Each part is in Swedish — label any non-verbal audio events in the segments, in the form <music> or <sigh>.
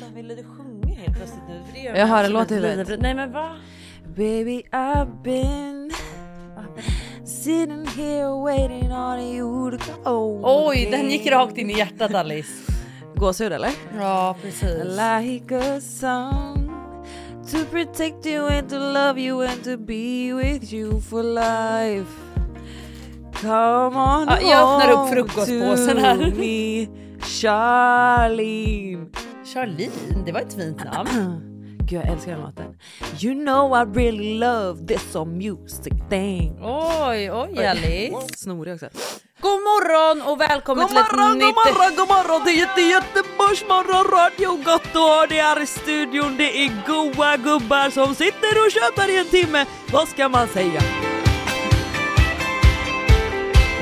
Fan, ville du sjunga helt plötsligt nu? För det gör Jag man har en som låt ett i huvudet. wienerbröd. Nej men va? Baby I've been sitting here waiting on you to go. Oj, den gick rakt in i hjärtat Alice. Gåshud eller? <laughs> Ja precis. Like a song to protect you and to love you and to be with you for life. Come on Ja, jag öppnar upp home frukostpåsen to här. me, Charlene. Charlene, det var ett fint namn. <clears throat> Gud jag älskar den låten. You know I really love this song music thing. Oj, oj Alice. Snorig också. God morgon och välkommen God morgon, till ett god nytt... morgon, god morgon! Det är Göte- Göteborgs morgonradio. Gott att ha dig här i studion. Det är goa gubbar som sitter och tjötar i en timme. Vad ska man säga?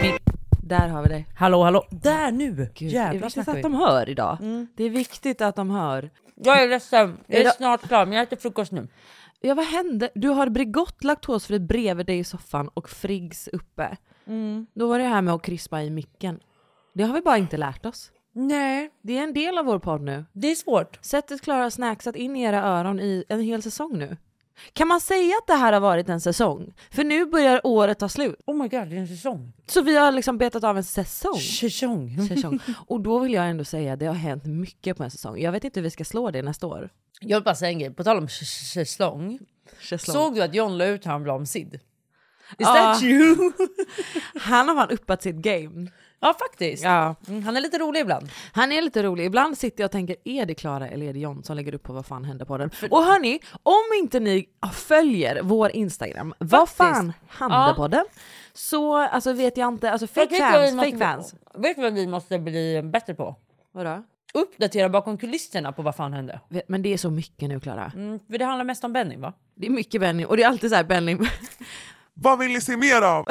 Min- Där har vi dig. Hallå hallå. Där nu! Gud, det är Jävlar viktigt snackar att vi. de hör idag. Det är viktigt att de hör. Jag är ledsen, jag är Idag- snart klar men jag äter frukost nu. Ja vad hände? Du har Bregott laktosfri bredvid dig i soffan och Friggs uppe. Då var det här med att krispa i micken. Det har vi bara inte lärt oss. Nej, Det är en del av vår podd nu. det är svårt. Sättet Klara snacksat in i era öron i en hel säsong nu. Kan man säga att det här har varit en säsong? För nu börjar året ta slut. Oh my god, det är en säsong. Så vi har liksom betat av <laughs> en säsong. Säsong. säsong. Och då vill jag ändå säga att det har hänt mycket på en säsong. Jag vet inte hur vi ska slå det nästa år. Jag vill bara säga en grej, på tal om s- s- säsong. Så Såg du att John la ut han blev om Sid? Is Ja. that you? han har fan uppat sitt game. ja faktiskt. Ja. Mm, han är lite rolig ibland. Han är lite rolig. Ibland sitter jag och tänker, är det Klara eller är det John som lägger upp på vad fan händer på den? Och hörni, om inte ni följer vår Instagram, vad Faktiskt. fan händer på den? Så alltså vet jag inte, alltså Jag fake tycker att vi fans, måste- fake fans. Vet du vad vi måste bli bättre på? Vadå? Uppdatera bakom kulisserna på vad fan hände. Men det är så mycket nu Klara. Mm, för det handlar mest om Benny va? Det är mycket Benny och det är alltid så här Benny. <laughs> Vad vill ni se mer av?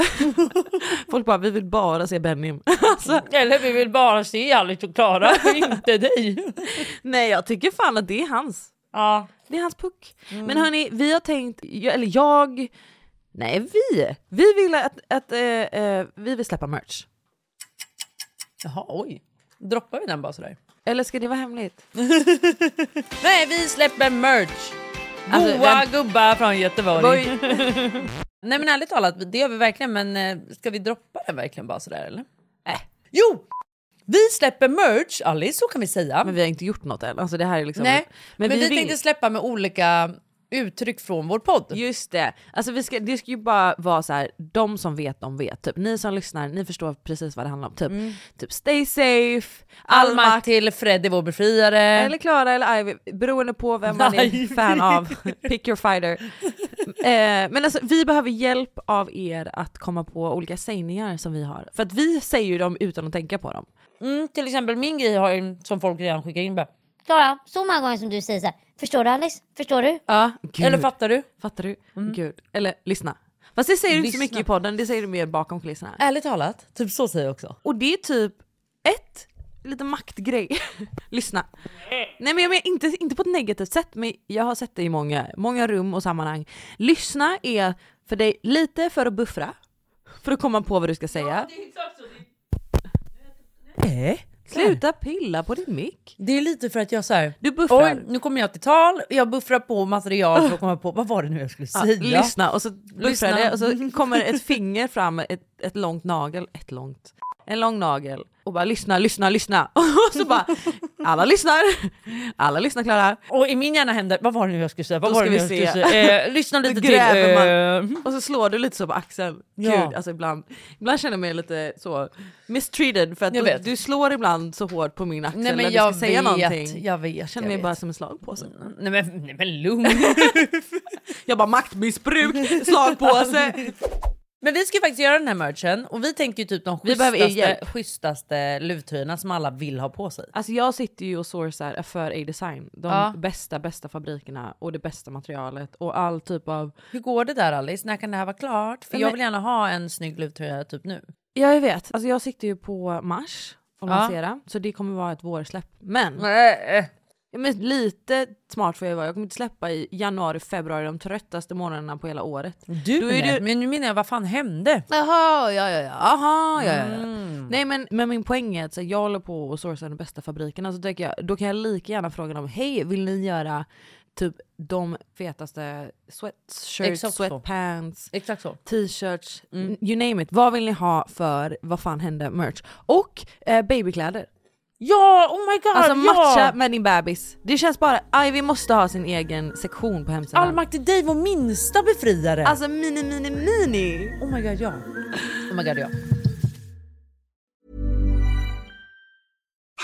<laughs> Folk bara vi vill bara se Benny. <laughs> alltså, Eller vi vill bara se Alice och <laughs> Klara, inte dig. nej jag tycker fan att det är hans. Ja, Det är hans puck. Mm. Men hörni, vi har tänkt, jag, eller jag, nej vi, vi vill att, att eh, eh, vi vill släppa merch. Jaha, oj. Droppar vi den bara sådär? Eller ska det vara hemligt? Nej, vi släpper merch! Alltså, Goa vem- gubbar från Göteborg. Nej men ärligt talat, det gör vi verkligen men eh, ska vi droppa den verkligen bara sådär eller? Äh. Nej. Jo! Vi släpper merch Alice, så kan vi säga. <laughs> Men vi har inte gjort något än. Alltså det här är liksom Nej, men, vi, vill. tänkte släppa med olika uttryck från vår podd. Just det. Alltså vi ska, det ska ju bara vara så här, de som vet de vet. Typ. Ni som lyssnar, ni förstår precis vad det handlar om. Typ, typ stay safe, All Alma makt Mm. till Freddy vår befriare. eller Klara eller Ivy, beroende på vem man är Ivy. <laughs> fan av. Pick your fighter. eh, men alltså vi behöver hjälp av er att komma på olika sägningar som vi har. För att vi säger ju dem utan att tänka på dem. Mm, till exempel min grej har ju, som folk redan skickar in. Bara, Klara, så många gånger som du säger så här. Förstår du Alice? Förstår du? Ja, eller fattar du? Fattar du? Gud. Eller lyssna. Fast det säger du inte så Lyssna. mycket i podden, det säger du mer bakom kulisserna. Ärligt talat, typ så säger jag också. Och det är typ ett, lite maktgrej. <laughs> lyssna. Nej men jag menar inte, inte på ett negativt sätt, men jag har sett det i många, många rum och sammanhang. Lyssna är för dig lite för att buffra, för att komma på vad du ska säga. Sluta pilla på din mick. Det är lite för att jag såhär, Du buffrar. oj nu kommer jag till tal, jag buffrar på material för att komma på vad var det nu jag skulle Ja, säga. lyssna och så buffrar Lyssna. det <laughs> och så kommer ett finger fram, ett, ett långt nagel, ett långt, en lång nagel och bara lyssna, lyssna, lyssna. <laughs> Och så bara alla lyssnar, alla lyssnar Klara. Och i min hjärna händer, vad var det nu jag skulle säga? Vad Då var det ska nu vi jag se. skulle <laughs> säga? Eh, lyssna lite till. gräver Eh, Och så slår du lite så på axeln. Gud, Ja. alltså ibland, ibland känner jag mig lite så mistreated för att Jag du, vet. du slår ibland så hårt på min axel nej när men du ska jag säga vet, någonting. Jag jag vet. Jag känner mig bara som en slagpåse. Nej men, nej, men lugn. <laughs> Jag bara maktmissbruk, <laughs> slagpåse. men vi ska ju faktiskt göra den här merchen och vi tänker ju typ de Vi behöver er schysstaste, hjälp. schysstaste luvtröjorna som alla vill ha på sig. Alltså jag sitter ju och sourcar för A-design. De Ja. bästa, bästa fabrikerna och det bästa materialet och all typ av... Hur går det där Alice? När kan det här vara klart? För Nej, jag men- vill gärna ha en snygg luvtröja typ nu. Ja jag vet. Alltså jag sitter ju på Mars och Ja. lansera. Så det kommer vara ett vårsläpp. Men Nej. Ja, Men lite smart får jag vara. Jag kommer inte släppa i januari, februari, de tröttaste månaderna på hela året. Du Då är med. det- Men nu menar jag, vad fan hände? Jaha, ja, Mm. ja, ja. Aha, ja, ja, ja. Nej, men, men min poäng är att så, här, jag håller på och sourcar de bästa fabrikerna. Så tänker jag, då kan jag lika gärna fråga dem, hej, vill ni göra typ de fetaste sweatshirts, Exakt så. sweatpants, Exakt så. t-shirts, you name it. Vad vill ni ha för, vad fan hände, merch? Och eh, babykläder. Ja, oh my god! Alltså matcha ja. med din bebis. Det känns bara, aj vi måste ha sin egen sektion på hemsidan. All makt till dig, vår minsta befriare! Alltså mini mini mini! oh my god ja. Oh my god ja.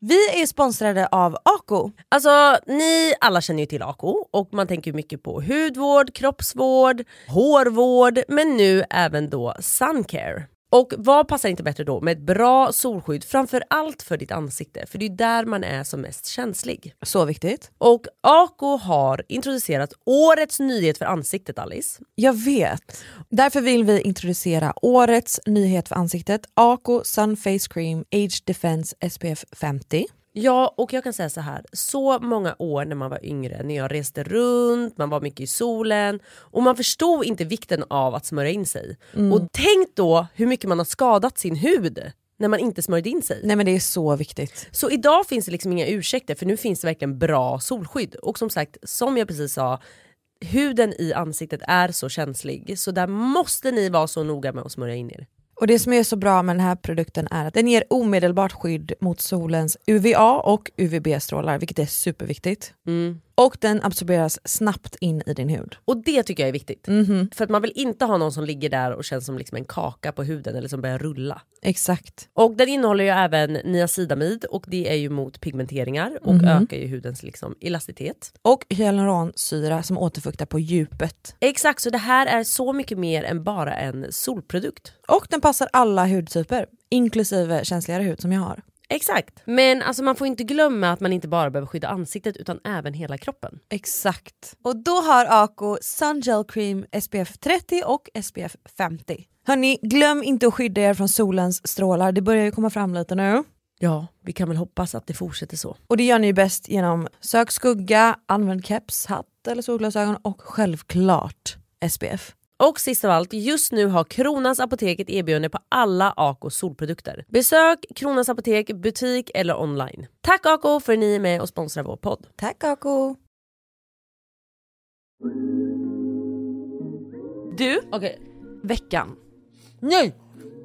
Vi är sponsrade av Ako. Alltså, ni alla känner ju till Ako och man tänker ju mycket på hudvård, kroppsvård, hårvård men nu även då suncare. Och vad passar inte bättre då med ett bra solskydd framför allt för ditt ansikte för det är ju där man är som mest känslig. Så viktigt. Och Ako har introducerat årets nyhet för ansiktet Alice. Jag vet. Därför vill vi introducera årets nyhet för ansiktet, Ako Sun Face Cream Age Defense SPF 50. Ja, och jag kan säga så här. Så många år när man var yngre, när jag reste runt, man var mycket i solen och man förstod inte vikten av att smörja in sig. Och tänk då hur mycket man har skadat sin hud när man inte smörjde in sig. Nej men det är så viktigt. Så idag finns det liksom inga ursäkter för nu finns det verkligen bra solskydd. Och som sagt, som jag precis sa, huden i ansiktet är så känslig så där måste ni vara så noga med att smörja in er. Och det som är så bra med den här produkten är att den ger omedelbart skydd mot solens UVA och UVB-strålar, vilket är superviktigt. Mm. Och den absorberas snabbt in i din hud. Och det tycker jag är viktigt. För att man vill inte ha någon som ligger där och känns som liksom en kaka på huden eller som börjar rulla. Exakt. Och den innehåller ju även niacidamid och det är ju mot pigmenteringar och ökar ju hudens liksom elastitet. Och hyaluronsyra som återfuktar på djupet. Exakt, så det här är så mycket mer än bara en solprodukt. Och den passar alla hudtyper, inklusive känsligare hud som jag har. Exakt. Men alltså man får inte glömma att man inte bara behöver skydda ansiktet utan även hela kroppen. Exakt. Och då har Ako Sun Gel Cream SPF 30 och SPF 50. Hörni, glöm inte att skydda er från solens strålar. Det börjar ju komma fram lite nu. Ja, vi kan väl hoppas att det fortsätter så. Och det gör ni ju bäst genom sök skugga, använd keps, hatt eller solglasögon och självklart SPF. Och sist av allt, just nu har Kronans Apotek ett erbjudande på alla Ako solprodukter. Besök Kronans Apotek, butik eller online. Tack Ako för att ni är med och sponsrar vår podd. Tack Ako! Du, Okej. veckan. Nej!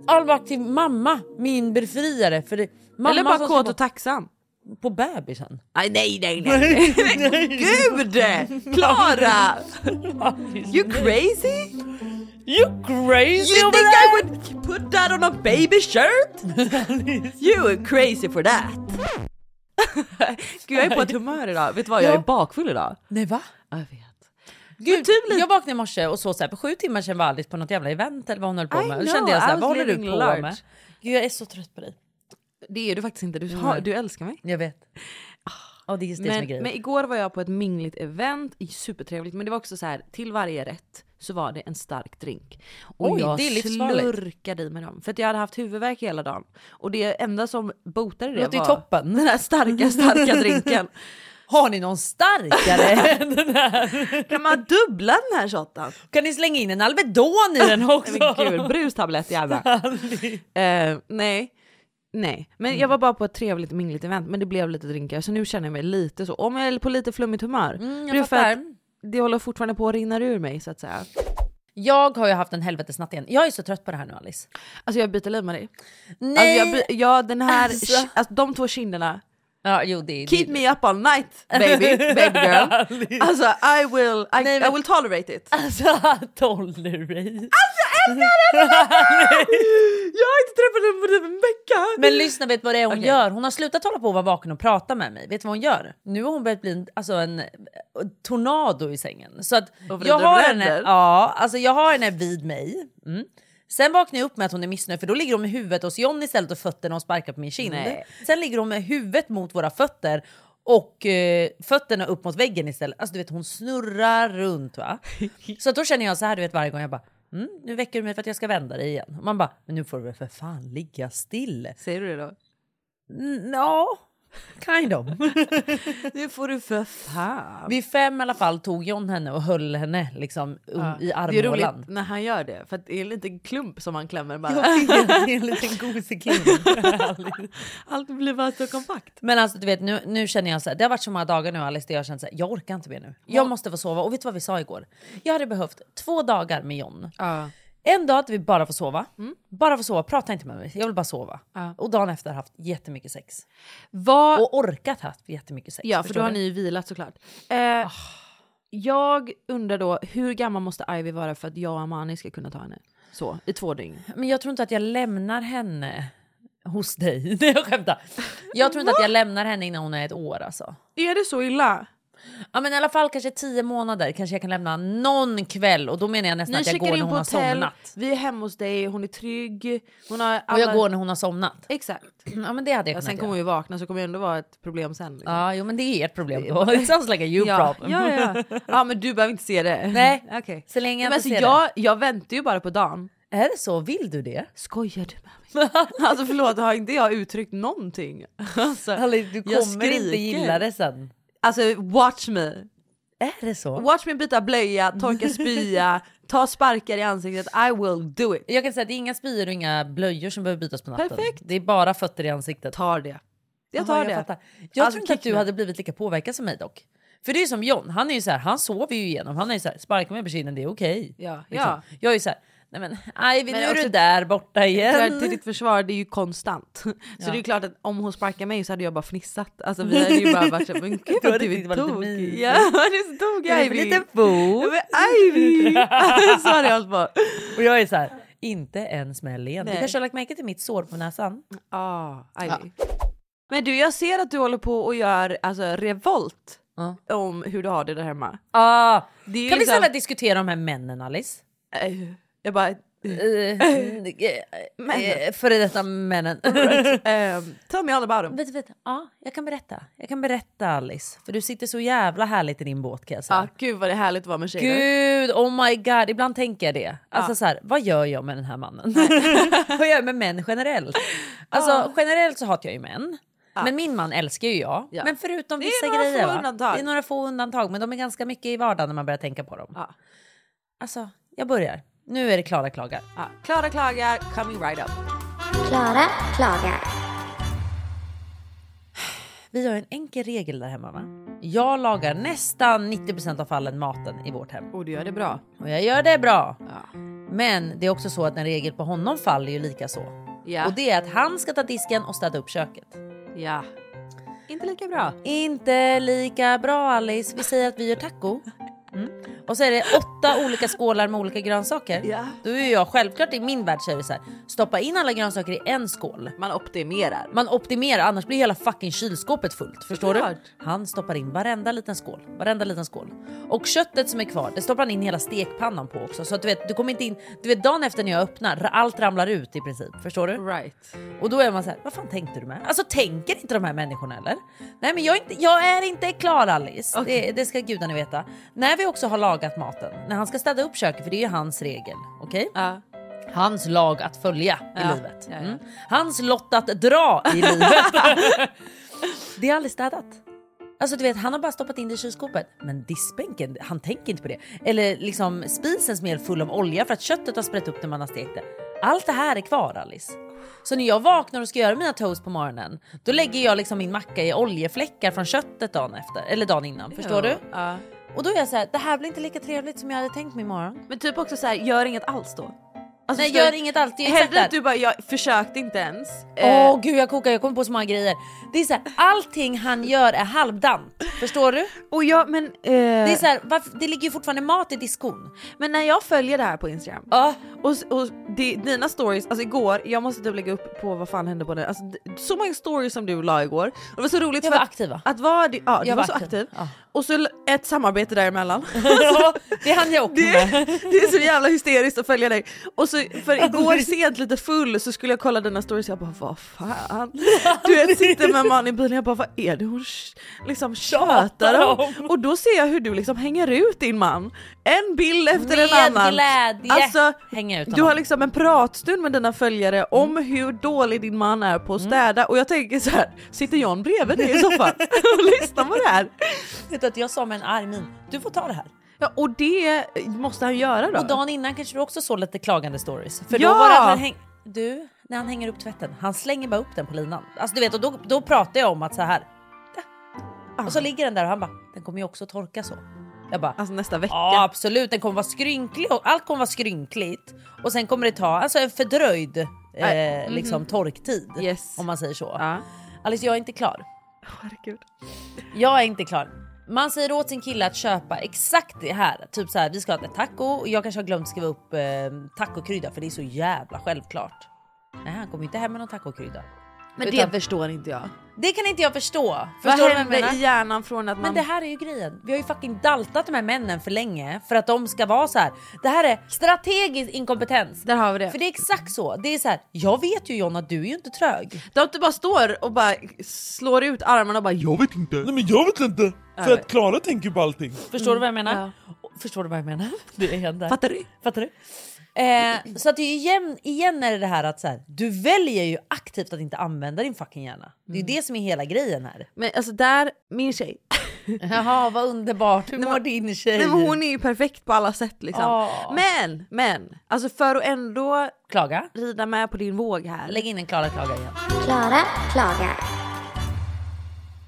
All makt till mamma, min befriare. För det, mamma Eller bara som kåt ska och tacksam. vara på bebisen. Nej nej nej nej. <laughs> Gud! <laughs> Klara! You crazy? You crazy You over think there? I would put that on a <laughs> baby shirt? You are crazy for that! Gud jag är <laughs> på ett humör idag, vet du vad jag är bakfull idag. Nej va? Jag vet. Gud, jag vaknade i morse och så, så här, för sju timmar sedan var Alice på något jävla event eller vad hon höll på I med. Och know, då kände jag så I här, was vad håller du på living large. med? Gud jag är så trött på dig. Det är du faktiskt inte, du, har, Nej. du älskar mig. Jag vet. Ah. Ja, det är just det som är Men, grejen. men igår var jag på ett mingligt event, supertrevligt. Men det var också så här, till varje rätt så var det en stark drink. Och Oj, jag det är livsfarligt. slurkade i mig dem. För att jag hade haft huvudvärk hela dagen. Och det enda som botade det Låter ju var toppen. den här <laughs> starka, starka drinken. Har ni någon starkare än <laughs> den här? Kan man dubbla den här shotten? Kan ni slänga in en Alvedon i <laughs> den också? Nej, men gud, brustablett jävlar. <laughs> Eh, nej. Nej, men Mm. jag var bara på ett trevligt mingligt event men det blev lite drinkar så nu känner jag mig lite så, om jag är på lite flummigt humör. Mm, Det är jag för att fattar. det håller fortfarande på att rinna ur mig så att säga. Jag har ju haft en helvetesnatt igen. Jag är så trött på det här nu Alice. Alltså jag byter liv med dig. Nej! Alltså, jag, by- ja, den här, Alltså. alltså. Alltså, de två kinderna, ja, jo, det, keep det, me up all night baby, baby <laughs> girl. Alice. Alltså I will, I, Nej, men- I will tolerate it. Alltså <laughs> tolerate. Alltså, <laughs> Jag har inte träffat henne på typ en vecka. Men lyssna, vet du vad det är hon Okej. gör? Hon har slutat hålla på och vara vaken och prata med mig. Vet du vad hon gör? Nu har hon börjat bli en, alltså en eh, tornado i sängen. Så att Och vrider jag och har, henne, vänder. ja, alltså jag har henne vid mig. Mm. Sen vaknar jag upp med att hon är missnöjd för då ligger hon med huvudet hos John istället och fötterna och sparkar på min kind. Nej. Sen ligger hon med huvudet mot våra fötter och eh, fötterna upp mot väggen istället. Alltså du vet hon snurrar runt <laughs> va. Så att då känner jag så här du vet varje gång jag bara mm, nu väcker du mig för att jag ska vända dig igen. Och man bara men nu får du väl för fan ligga still. Säger du det då? Ja, kind of. <laughs> Nu får du för fan. Vid fem i alla fall tog John henne och höll henne liksom, um, i det är armhålan. <laughs> roligt när han gör det, för att det är en liten klump som han klämmer bara. Ja, det är- det är en liten gosig kille. <laughs> Allt blir bara så kompakt. Men alltså du vet nu, nu känner jag så här, det har varit så många dagar nu Alice där jag känner så här, jag orkar inte mer nu. Jag måste få sova och vet du vad vi sa igår? Jag hade behövt två dagar med John. Ja. Mm. En dag att vi bara får sova, bara får sova, prata inte med mig, jag vill bara sova. Ja. Och dagen efter har haft jättemycket sex. Vad, Och orkat haft jättemycket sex. ja, för förstår då har du? ni ju vilat såklart. Eh, Jag undrar då, hur gammal måste Ivy vara för att jag och Amani ska kunna ta henne? Så, i två dygn. Men jag tror inte att jag lämnar henne hos dig. <laughs> Nej jag skämtar. Jag tror inte att jag lämnar henne innan hon är ett år alltså. Är det så illa? Ja men i alla fall kanske tio månader kanske jag kan lämna någon kväll och då menar jag nästan Ni att jag går checkar när in på hon har hotell, somnat. vi är hemma hos dig, hon är trygg, hon har alla... Och jag går när hon har somnat. <laughs> Exakt. Ja men det hade jag Ja, kunnat sen kommer göra. hon ju vakna så kommer det ändå vara ett problem sen. liksom. Ja jo men det är ert problem då. <laughs> It sounds like a you ja, problem. ja, ja. ja men du behöver inte se det. <laughs> Nej. okej. Så länge jag Men inte alltså, ser jag, jag väntar ju bara på dagen. det. Är det så? Vill du det? Skojar du med <laughs> mig? alltså förlåt, har inte jag uttryckt någonting? <laughs> Alltså, Alice, du jag kommer inte skriker. gilla det sen. Alltså watch me. Är det så? Watch me byta blöja, torka spya, ta sparkar i ansiktet. I will do it. Jag kan säga att det är inga spyor och inga blöjor som behöver bytas på natten. Perfekt. Det är bara fötter i ansiktet. Tar det. Jag tar Jaha, det. Jag, fattar. jag Alltså, tror inte att kick du me. hade blivit lika påverkad som mig dock. För det är ju som John, han är ju så här, han sover ju igenom. Han är ju så här, sparka mig på kinden, det är okej. Ja, Liksom. ja. Jag är ju så här, nej men Ivy nu Men är du också- där borta Tyvärr, igen. till ditt försvar, det är ju konstant. <laughs> Så det är ju klart att om hon sparkar mig så hade jag bara fnissat. <laughs> Alltså vi hade ju bara varit såhär, men gud Du vad hade du tyckt det var är lite tokig. mysigt. Ja, <laughs> du är så Är du tokig för Ivy. liten fot? Ja, <laughs> men Ivy! <laughs> så hade jag hållit på. Och jag är så här, inte en smäll igen. Du Nej. kanske har lagt märke till mitt sår på näsan? Ah, Ivy. Men du, jag ser att du håller på och gör alltså, revolt Ja. om hur du har det där hemma. Ah, Det är ju kan vi liksom- snälla diskutera de här männen <laughs> Alice? Eh, Jag bara, Eh, Mm, eh, Före detta männen. <laughs> ehm, tell me all about them. Vet, du, vet, du, ja, jag kan berätta. Jag kan berätta Alice. För du sitter så jävla härligt i din båt kan jag säga. Ah, gud vad det är härligt att vara med tjejer. Gud, oh my god. Ibland tänker jag det. Alltså så här, vad gör jag med den här mannen? <laughs> vad gör jag med män generellt? Alltså generellt så hatar jag ju män. Men min man älskar ju jag. Ja. Men förutom Det är vissa några få grejer. va? undantag. Det är några få undantag. Men de är ganska mycket i vardagen när man börjar tänka på dem. Ja. Alltså, jag börjar. Nu är det Klara klagar. Ah, Klara klagar, coming right up. Klara klagar. Vi har en enkel regel där hemma va? Jag lagar nästan 90% av fallen maten i vårt hem. Och du gör det bra. Och jag gör det bra. Ja. Men det är också så att en regel på honom faller ju lika så. Ja. Och det är att han ska ta disken och städa upp köket. ja. Inte lika bra. Inte lika bra Alice. Vi säger att vi gör taco. Mm. Och så är det åtta olika skålar med olika grönsaker. Ja. Då är jag självklart i min värld så är det så här, stoppa in alla grönsaker i en skål. Man optimerar. Man optimerar, annars blir hela fucking kylskåpet fullt. Förstår Såklart. du? Han stoppar in varenda liten skål, varenda liten skål. Och köttet som är kvar, det stoppar han in hela stekpannan på också. Så att du vet, du kommer inte in, du vet dagen efter när jag öppnar, allt ramlar ut i princip. Förstår du? Right. Och då är man så här, vad fan tänkte du med? Alltså tänker inte de här människorna eller? Nej men jag är inte, jag är inte klar Alice, det, det ska gudarna veta. När vi också har lagat maten, när han ska städa upp köket, för det är ju hans regel, okej? Ja. Hans lag att följa i Ja, livet. ja, ja. Mm. Hans lott att dra i livet. <laughs> det är aldrig städat. Alltså du vet, han har bara stoppat in det i kylskåpet. Men diskbänken, han tänker inte på det. Eller liksom spisen som är full av olja för att köttet har sprätt upp när man har stekt det. Allt det här är kvar Alice. Så när jag vaknar och ska göra mina toast på morgonen, då lägger jag liksom min macka i oljefläckar från köttet dagen efter, eller dagen innan. Förstår du? Ja. Och då är jag så här, det här blir inte lika trevligt som jag hade tänkt mig imorgon. Alltså, Men typ också så här, gör inget alls då. Alltså, Nej, förstår gör du? inget allt. Det är exakt Hellre där. att du bara, jag försökte inte ens. Åh gud jag kokar, jag kommer på så många grejer. Det är så här, allting han gör är halvdant. Förstår du? och jag, men, eh, Det, är så här, varför, det ligger ju fortfarande mat i diskon. men när jag följer det här på Instagram Ja, och, och det, dina stories, alltså igår, jag måste typ lägga upp på vad fan hände på den. Alltså, d- så många stories som du la igår. Och det var så roligt jag för var att, aktiv va? att vara, det- ja du Jag var, var så aktiv. aktiv. Ja. Och så l- ett samarbete däremellan. <laughs> Ja, det hann jag också Det, med. <laughs> det är så jävla hysteriskt att följa dig. Och så, för igår sent lite full så skulle jag kolla dina stories och jag bara <laughs> vad fan. Du vet sitter med en man i bilen jag bara vad är det hon sh- liksom tjatar om? Och då ser jag hur du liksom hänger ut din man. En bild efter Med en annan. glädje Alltså, hänger jag ut du har honom. Mm. liksom en pratstund med dina följare om hur dålig din man är på att städa och jag tänker så här, sitter John bredvid dig <laughs> i <laughs> soffan och lyssnar på det här? Vet du att jag sa med en arg min, du får ta det här. Ja, och det måste han göra då. Och dagen innan kanske du också såg lite klagande stories. För Ja! då var det att han häng... Du, när han hänger upp tvätten, han slänger bara upp den på linan. Alltså du vet, och då, då pratar jag om att så här. Där. Ah. Och så ligger den där och han bara, den kommer ju också torka så. Jag bara, Alltså nästa vecka. Ja absolut, den kommer vara skrynklig och allt kommer vara skrynkligt. Och sen kommer det ta alltså en fördröjd eh, liksom, torktid. Äh, mhm. Yes. Om man säger så. Ja. Alice jag är inte klar. Herregud. Jag är inte klar. Man säger åt sin kille att köpa exakt det här. Typ så här, vi ska ha ett taco och jag kanske har glömt skriva upp eh, tacokrydda för det är så jävla självklart. Nej han kommer ju inte hem med någon tacokrydda. Men Utan- det förstår inte jag. Det kan inte jag förstå. Vad Förstår du vad jag hände menar? i hjärnan från att man... Men det här är ju grejen. Vi har ju fucking daltat de här männen för länge för att de ska vara så här. Det här är strategisk inkompetens. Där har vi det. För det är exakt så. Det är så här. Jag vet ju Jonna, du är ju inte trög. De inte bara står och bara slår ut armarna och bara Jag vet inte. Nej men jag vet inte. För att Klara tänker på allting. Förstår du vad jag menar? Förstår du vad jag menar? <laughs> Det händer. Fattar du? Fattar du? Eh, så att det är ju igen, igen är det det här att så här, du väljer ju aktivt att inte använda din fucking hjärna. Det är ju det som är hela grejen här. Men alltså där, min tjej. Jaha vad underbart, hur mår din tjej? <laughs> Nej, men hon är ju perfekt på alla sätt liksom. Ja. Men, men. Alltså för att ändå Klaga? rida med på din våg här. Lägg in en Klara klaga igen. Klara klagar.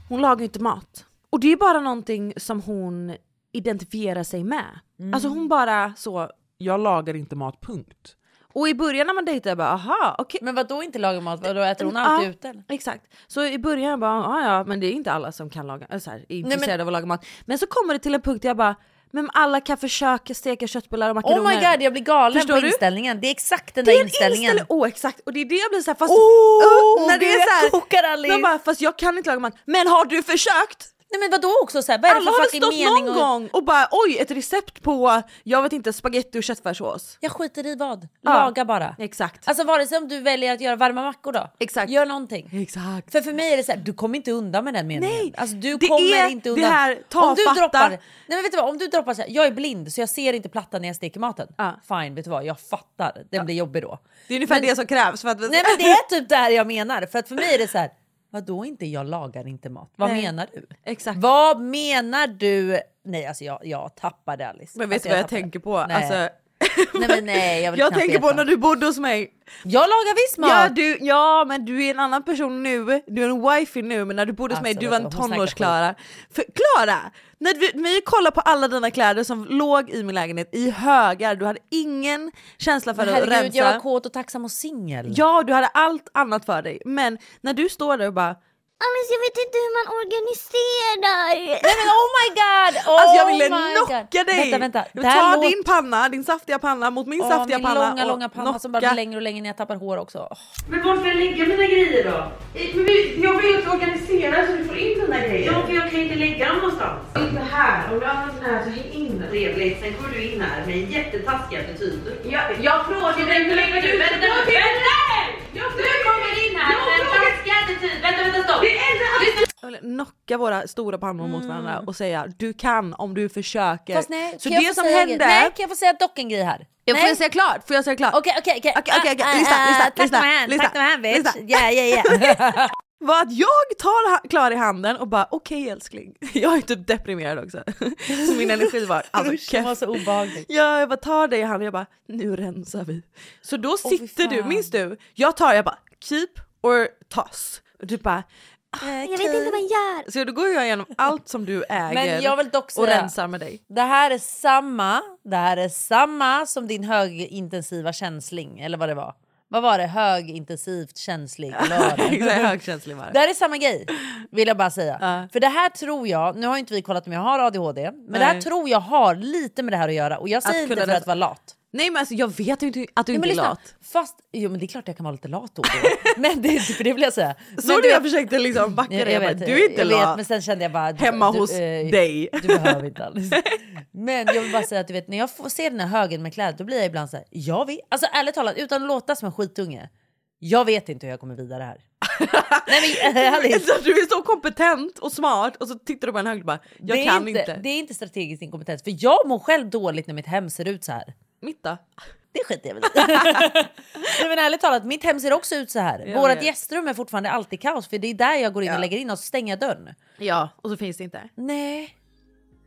Hon lagar ju inte mat. Och det är bara någonting som hon identifierar sig med. Alltså hon bara så... Jag lagar inte mat, punkt. Och i början när man dejtar jag bara aha okej. Men vad då inte laga mat? Vadå äter hon alltid Ja, ute eller? Exakt. Så i början bara, ja ja men det är inte alla som kan laga, eller så här, är intresserade av att laga mat. Men så kommer det till en punkt där jag bara, men alla kan försöka steka köttbullar Oh och makaroner. my god jag blir galen Förstår på du? inställningen. Det är exakt den Det är där en inställningen. inställning, åh exakt! Och det är det jag blir såhär, fast... Åh, Oh, när det Oh, gud, är jag så här- kokar, Alice. De bara, fast jag kan inte laga mat. Men har du försökt? Nej men vadå också så här, vad är det Alla för har fucking väl stått mening? någon och- gång och bara oj ett recept på, jag vet inte, spaghetti och köttfärssås. Jag skiter i vad, Ja. laga bara. Exakt. Alltså vare sig om du väljer att göra varma mackor då, Exakt. gör någonting. Exakt. För för mig är det så här, du kommer inte undan med den meningen. Nej, alltså, du det kommer är inte det undan. här, ta, om du fatta. droppar, nej men vet du vad, om du droppar så här, jag är blind så jag ser inte plattan när jag steker maten. Ja. Fine, vet du vad, jag fattar. Den blir jobbig då. Det är ungefär det som krävs för att... Nej men det är typ det här jag menar. För att för mig är det så här, vadå inte jag lagar inte mat? Vad Nej. menar du? <laughs> Exakt. Vad menar du? Nej alltså jag, jag tappade Alice. Men vet alltså, du vad jag tappade. tänker på? Nej. Alltså, Nej, men nej, jag vill knappt tänker på veta. när du bodde hos mig. Jag lagar visst mat! Ja, du, ja men du är en annan person nu, du är en wifey nu men när du bodde hos mig Alltså, du var en vet du vad, hon tonårs-Klara. För Klara! När vi, vi kollade på alla dina kläder som låg i min lägenhet i högar, du hade ingen känsla för att Herregud rensa. jag var kåt och tacksam och singel. Ja, du hade allt annat för dig. Men när du står där och bara Alice jag vet inte hur man organiserar. Nej men oh my god! Oh Alltså jag ville my knocka god. dig! Vänta, vänta. Jag vill Där ta låg- din panna, din saftiga panna mot min Åh, saftiga min panna. långa och långa panna som bara knocka. blir längre och längre när jag tappar hår också. Åh. Men var ska jag lägga mina grejer då? Men vi, jag vill att du organiserar så du får in dina grejer. Ja, för jag kan inte lägga dem någonstans. Inte här. Om du använder den här så häng in den. Trevligt. Sen kommer du in här med jättetaskiga attityder. Jag, jag frågar dig hur länge du... Vänta, vänta! Du kommer in här med en taskig attityd. Vänta, vänta, stopp. Mm. Det enda Jag vill knocka våra stora pannor mot varandra och säga du kan om du försöker. Fast nej, Eh, så kan jag det få som säga- hände... Nej, kan jag få säga dock en grej här? Ja, får Nej. jag säga klart? Får jag säga klart? Okej, okej, okej. Okej, okej, okej. Ah, Lyssna, ah, lyssna, tack lyssna, de här, lyssna, Tack de här bitch. lyssna. Ja, ja, <laughs> <laughs> ja. var att jag tar ha- Klara i handen och bara okej älskling. <laughs> Jag är typ deprimerad också. <laughs> Så min <laughs> energi var alltså Usch, det var keff. så obehagligt. Ja, jag bara tar dig i handen och jag bara nu rensar vi. Så då fy sitter du, fan. minns du? Jag tar, jag bara keep or toss. Och du bara Jag vet inte hur man gör. så då går jag igenom allt som du äger Men jag vill dock och säga, rensar med dig. <laughs> det här är samma, det här är samma som din högintensiva känsling, eller vad det var. Vad var det? Högintensivt <laughs> känslig? eller vad var det? Exakt, högkänslig var Det det. här är samma grej, vill jag bara säga. Ja. För det här tror jag, nu har inte vi kollat om jag har ADHD, men det här Nej. tror jag har lite med det här att göra. Och jag säger kunna inte för läsa- att vara lat. Nej men alltså jag vet ju inte att du Nej, inte men är lyssna, lat. Fast, jo men det är klart jag kan vara lite lat då. och då. <laughs> men det, för det vill jag säga. Men Såg du du jag vet- försökte liksom backa dig? Jag bara, vet, du är inte jag Vet, lat. men sen kände jag bara... du- Hemma du, hos eh, dig. Du behöver inte alls. Men jag vill bara säga att du vet, när jag får se den här högen med kläder då blir jag ibland så här, jag vet. Alltså ärligt talat, utan att låta som en skitunge. Jag vet inte hur jag kommer vidare här. Nej <laughs> men ärligt. Alltså, du är så kompetent och smart och så tittar du på en hög och bara jag det är kan inte. Det är inte strategisk inkompetens. För jag mår själv dåligt när mitt hem ser ut så här. Mitt då? Det skiter <laughs> jag väl i. Nej, men ärligt talat, mitt hem ser också ut så här. Jag Vårat vet. gästrum är fortfarande alltid kaos för det är där jag går in och lägger in och så stänger jag dörren. Ja, och så finns det inte. Nej.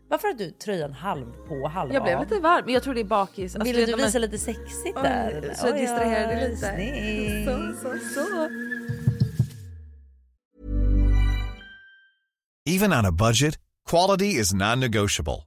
Varför har du tröjan halv på halv Jag blev av? lite varm, jag tror det är bakis. Alltså, Ville vet du när man- visa lite sexigt Oj, där? eller? Så jag Oj, distraherade oj, lite. snyggt. Så, så, så. Even on a budget, quality is non-negotiable.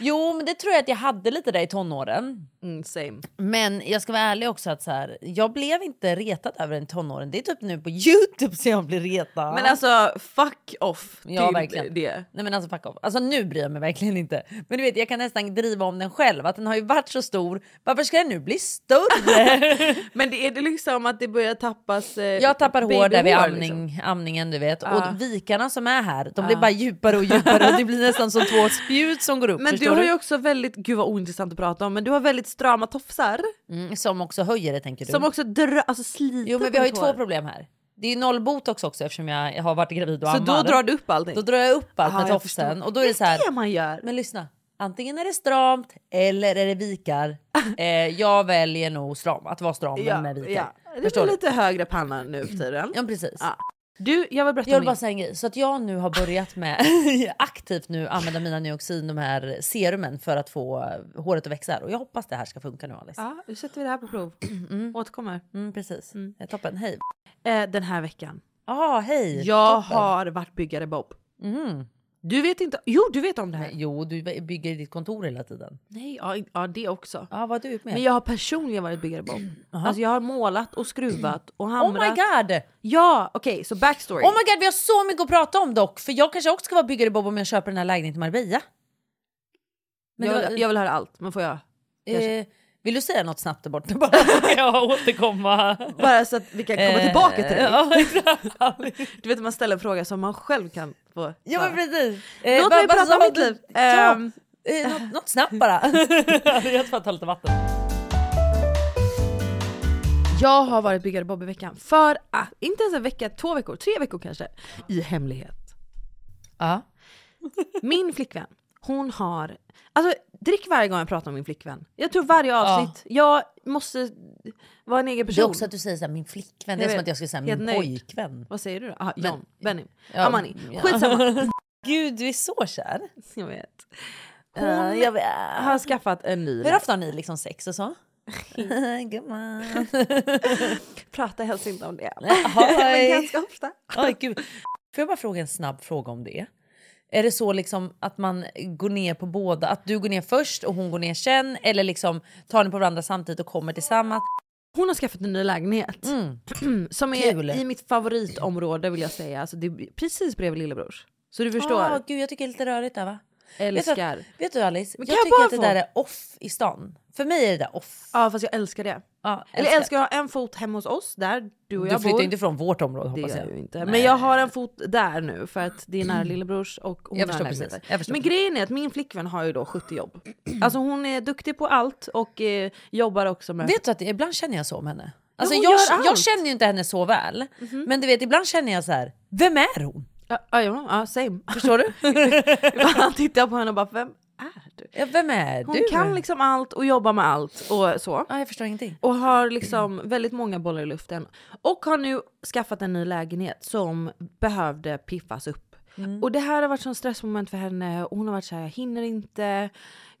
Jo, men det tror jag att jag hade lite där i tonåren. Mm, same. Men jag ska vara ärlig också att så här, jag blev inte retad över den i tonåren. Det är typ nu på Youtube som jag blir retad. Men alltså fuck off till Ja, verkligen. det. Nej men alltså fuck off. Alltså nu bryr jag mig verkligen inte. Men du vet jag kan nästan driva om den själv. Att den har ju varit så stor. Varför ska den nu bli större? Men det är det liksom att det börjar tappas... eh, jag tappar hår där vid babyhår, amning, liksom. amningen du vet. Ja. Och vikarna som är här de blir Ja. bara djupare och djupare. Och det <laughs> blir nästan som två spjut som går upp. Men du förstår har ju också väldigt, gud vad ointressant att prata om, men du har väldigt strama tofsar Mm, som också höjer det tänker du. som också drar, alltså sliter Jo men på vi har ju ditt två hår. problem här. Det är ju noll botox också eftersom jag har varit gravid och Så då ammar. drar du upp allting? Då drar jag upp allt Aha, med jag tofsen. förstår. Och då är det så här. det man gör. Men lyssna. Antingen är det stramt eller är det <laughs> vikar. Eh, jag väljer nog stram, att vara stram men Ja, med vikar. ja. Det Förstår blir du? lite högre panna nu för tiden. Ja precis. Du, jag vill berätta Jag om vill bara säga en grej. Så att jag nu har börjat med <laughs> aktivt nu använda mina neoxin, de här serumen för att få eh, håret att växa. här. Och jag hoppas det här ska funka nu Alice. Ja, nu sätter vi det här <clears throat> på prov. Mm. Återkommer. Eh, precis. Mm. Toppen, hej. den här veckan. ah, hej. Jag Toppen. har varit byggare Bob. Du vet inte? Jo, du vet om det här. Nej, jo, du bygger i ditt kontor hela tiden. Nej, ja, i- ja det också. Ja, vad du med? Men jag har personligen varit byggare Bob. <clears throat> Jaha. Alltså jag har målat och skruvat och Oh hamrat. my god! Ja, okej, så backstory. Oh my god, vi har så mycket att prata om dock. För jag kanske också ska vara byggare Bob om jag köper den här lägenheten i Marbella. Men jag, det vill, var- jag vill höra allt, men får jag? kanske? Eh, vill du säga något snabbt där borta? <laughs> Bara så kan jag återkomma. Bara så att vi kan komma Eh, tillbaka till det. <laughs> ja, du vet när man ställer en fråga som man själv kan få Ja svara. Eh, men precis. Låt mig prata om mitt liv. typ, eh, Ja, Ehm, eh, något, något snabbt bara. <laughs> jag ska ta lite vatten. Jag har varit byggare Bob i veckan för att, inte ens en vecka, två veckor, tre veckor kanske. I hemlighet. Ja. Min flickvän, hon har, alltså drick varje gång jag pratar om min flickvän. Jag tror varje avsnitt, jag måste vara en egen Det är person. också att du säger såhär, min flickvän. Det är Jag som vet. att jag skulle säga Helt min nöjd. pojkvän. Vad säger du då? Ah, John, Benny, Ja, Amani. ja. <laughs> Skitsamma. Gud du är så kär. jag vet. Hon Eh, jag vet. har skaffat en ny. Hur ofta har ni liksom sex och <laughs> så? Gumman. Prata helst inte om det. Oj. <laughs> Men ganska ofta. <laughs> Oj, gud. Får jag bara fråga en snabb fråga om det? Är det så liksom att man går ner på båda? Att du går ner först och hon går ner sen? Eller liksom tar ni på varandra samtidigt och kommer tillsammans? Hon har skaffat en ny lägenhet. <clears throat> Som är Mm. Kul. i mitt favoritområde vill jag säga. Alltså, det är precis bredvid lillebrors. Så du förstår. Ah, gud, jag tycker det är lite rörigt där va? Älskar. Vet du, att- vet du Alice, Men kan jag jag tycker bara att det få- där är off i stan. För mig är det där off. Ja fast jag älskar det. Ja, Eller älskar jag har en fot hemma hos oss där du och Du jag flyttar bor. ju inte från vårt område det hoppas jag. gör Mm. jag ju inte. Men jag har en fot där nu för att det är nära lillebrors och hon Jag har förstår en precis. lägenhet där. Jag förstår Men grejen är att min flickvän har ju då 70 jobb. Alltså hon är duktig på allt och eh, jobbar också med... Vet du att ibland känner jag så om henne. Alltså, hon jag, gör jag, allt. Mhm. känner ju inte henne så väl. Men du vet, ibland känner jag så här, vem är hon? Ja, ja, ja, same. Förstår du? <laughs> Ibland tittar jag på henne och bara, vem Ja, vem är Hon du? kan liksom allt och jobbar med allt och så. Ja, jag förstår ingenting. Och har liksom väldigt många bollar i luften. Och har nu skaffat en ny lägenhet som behövde piffas upp. Mm. Och det här har varit sån stressmoment för henne. Och hon har varit så här, jag hinner inte.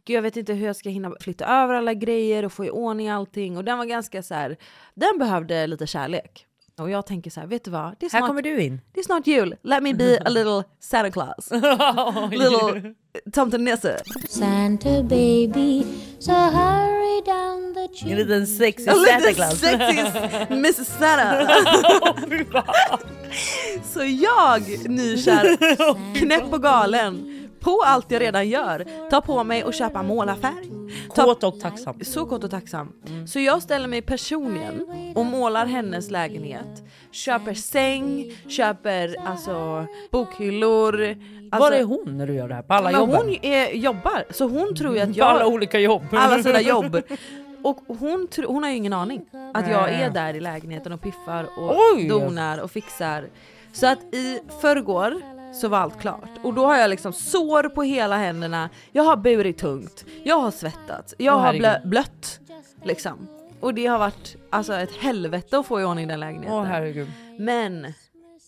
Gud, jag vet inte hur jag ska hinna flytta över alla grejer och få i ordning allting. Och den var ganska så här, den behövde lite kärlek. Och jag tänker så här, vet du vad? Det är Här kommer du in. det är snart jul. Let me be <laughs> a little Santa Claus. little tomten Nisse. Santa baby, so hurry down the chimney. En liten sexig A little Santa Claus. <laughs> sexy Mrs Santa. Så <laughs> jag, nykär, knäpp och galen, på allt jag redan gör, tar på mig och köpa målarfärg. Kåt och tacksam. Så kåt och tacksam. Så jag ställer mig personligen och målar hennes lägenhet. Köper säng, köper alltså bokhyllor. Alltså, Var är hon när du gör det här? På alla men jobben? hon är, jobbar, så hon tror ju att På alla jag... olika jobb. alla sina jobb. Och hon, tro, hon har ju ingen aning att jag Nej. är där i lägenheten och piffar och Oj! donar och fixar. Så att i förrgår så var allt klart och då har jag liksom sår på hela händerna, jag har burit tungt, jag har svettats, jag Åh, har blö, herregud. blött liksom. Och det har varit alltså ett helvete att få i ordning den <laughs> lägenheten. Åh herregud. Men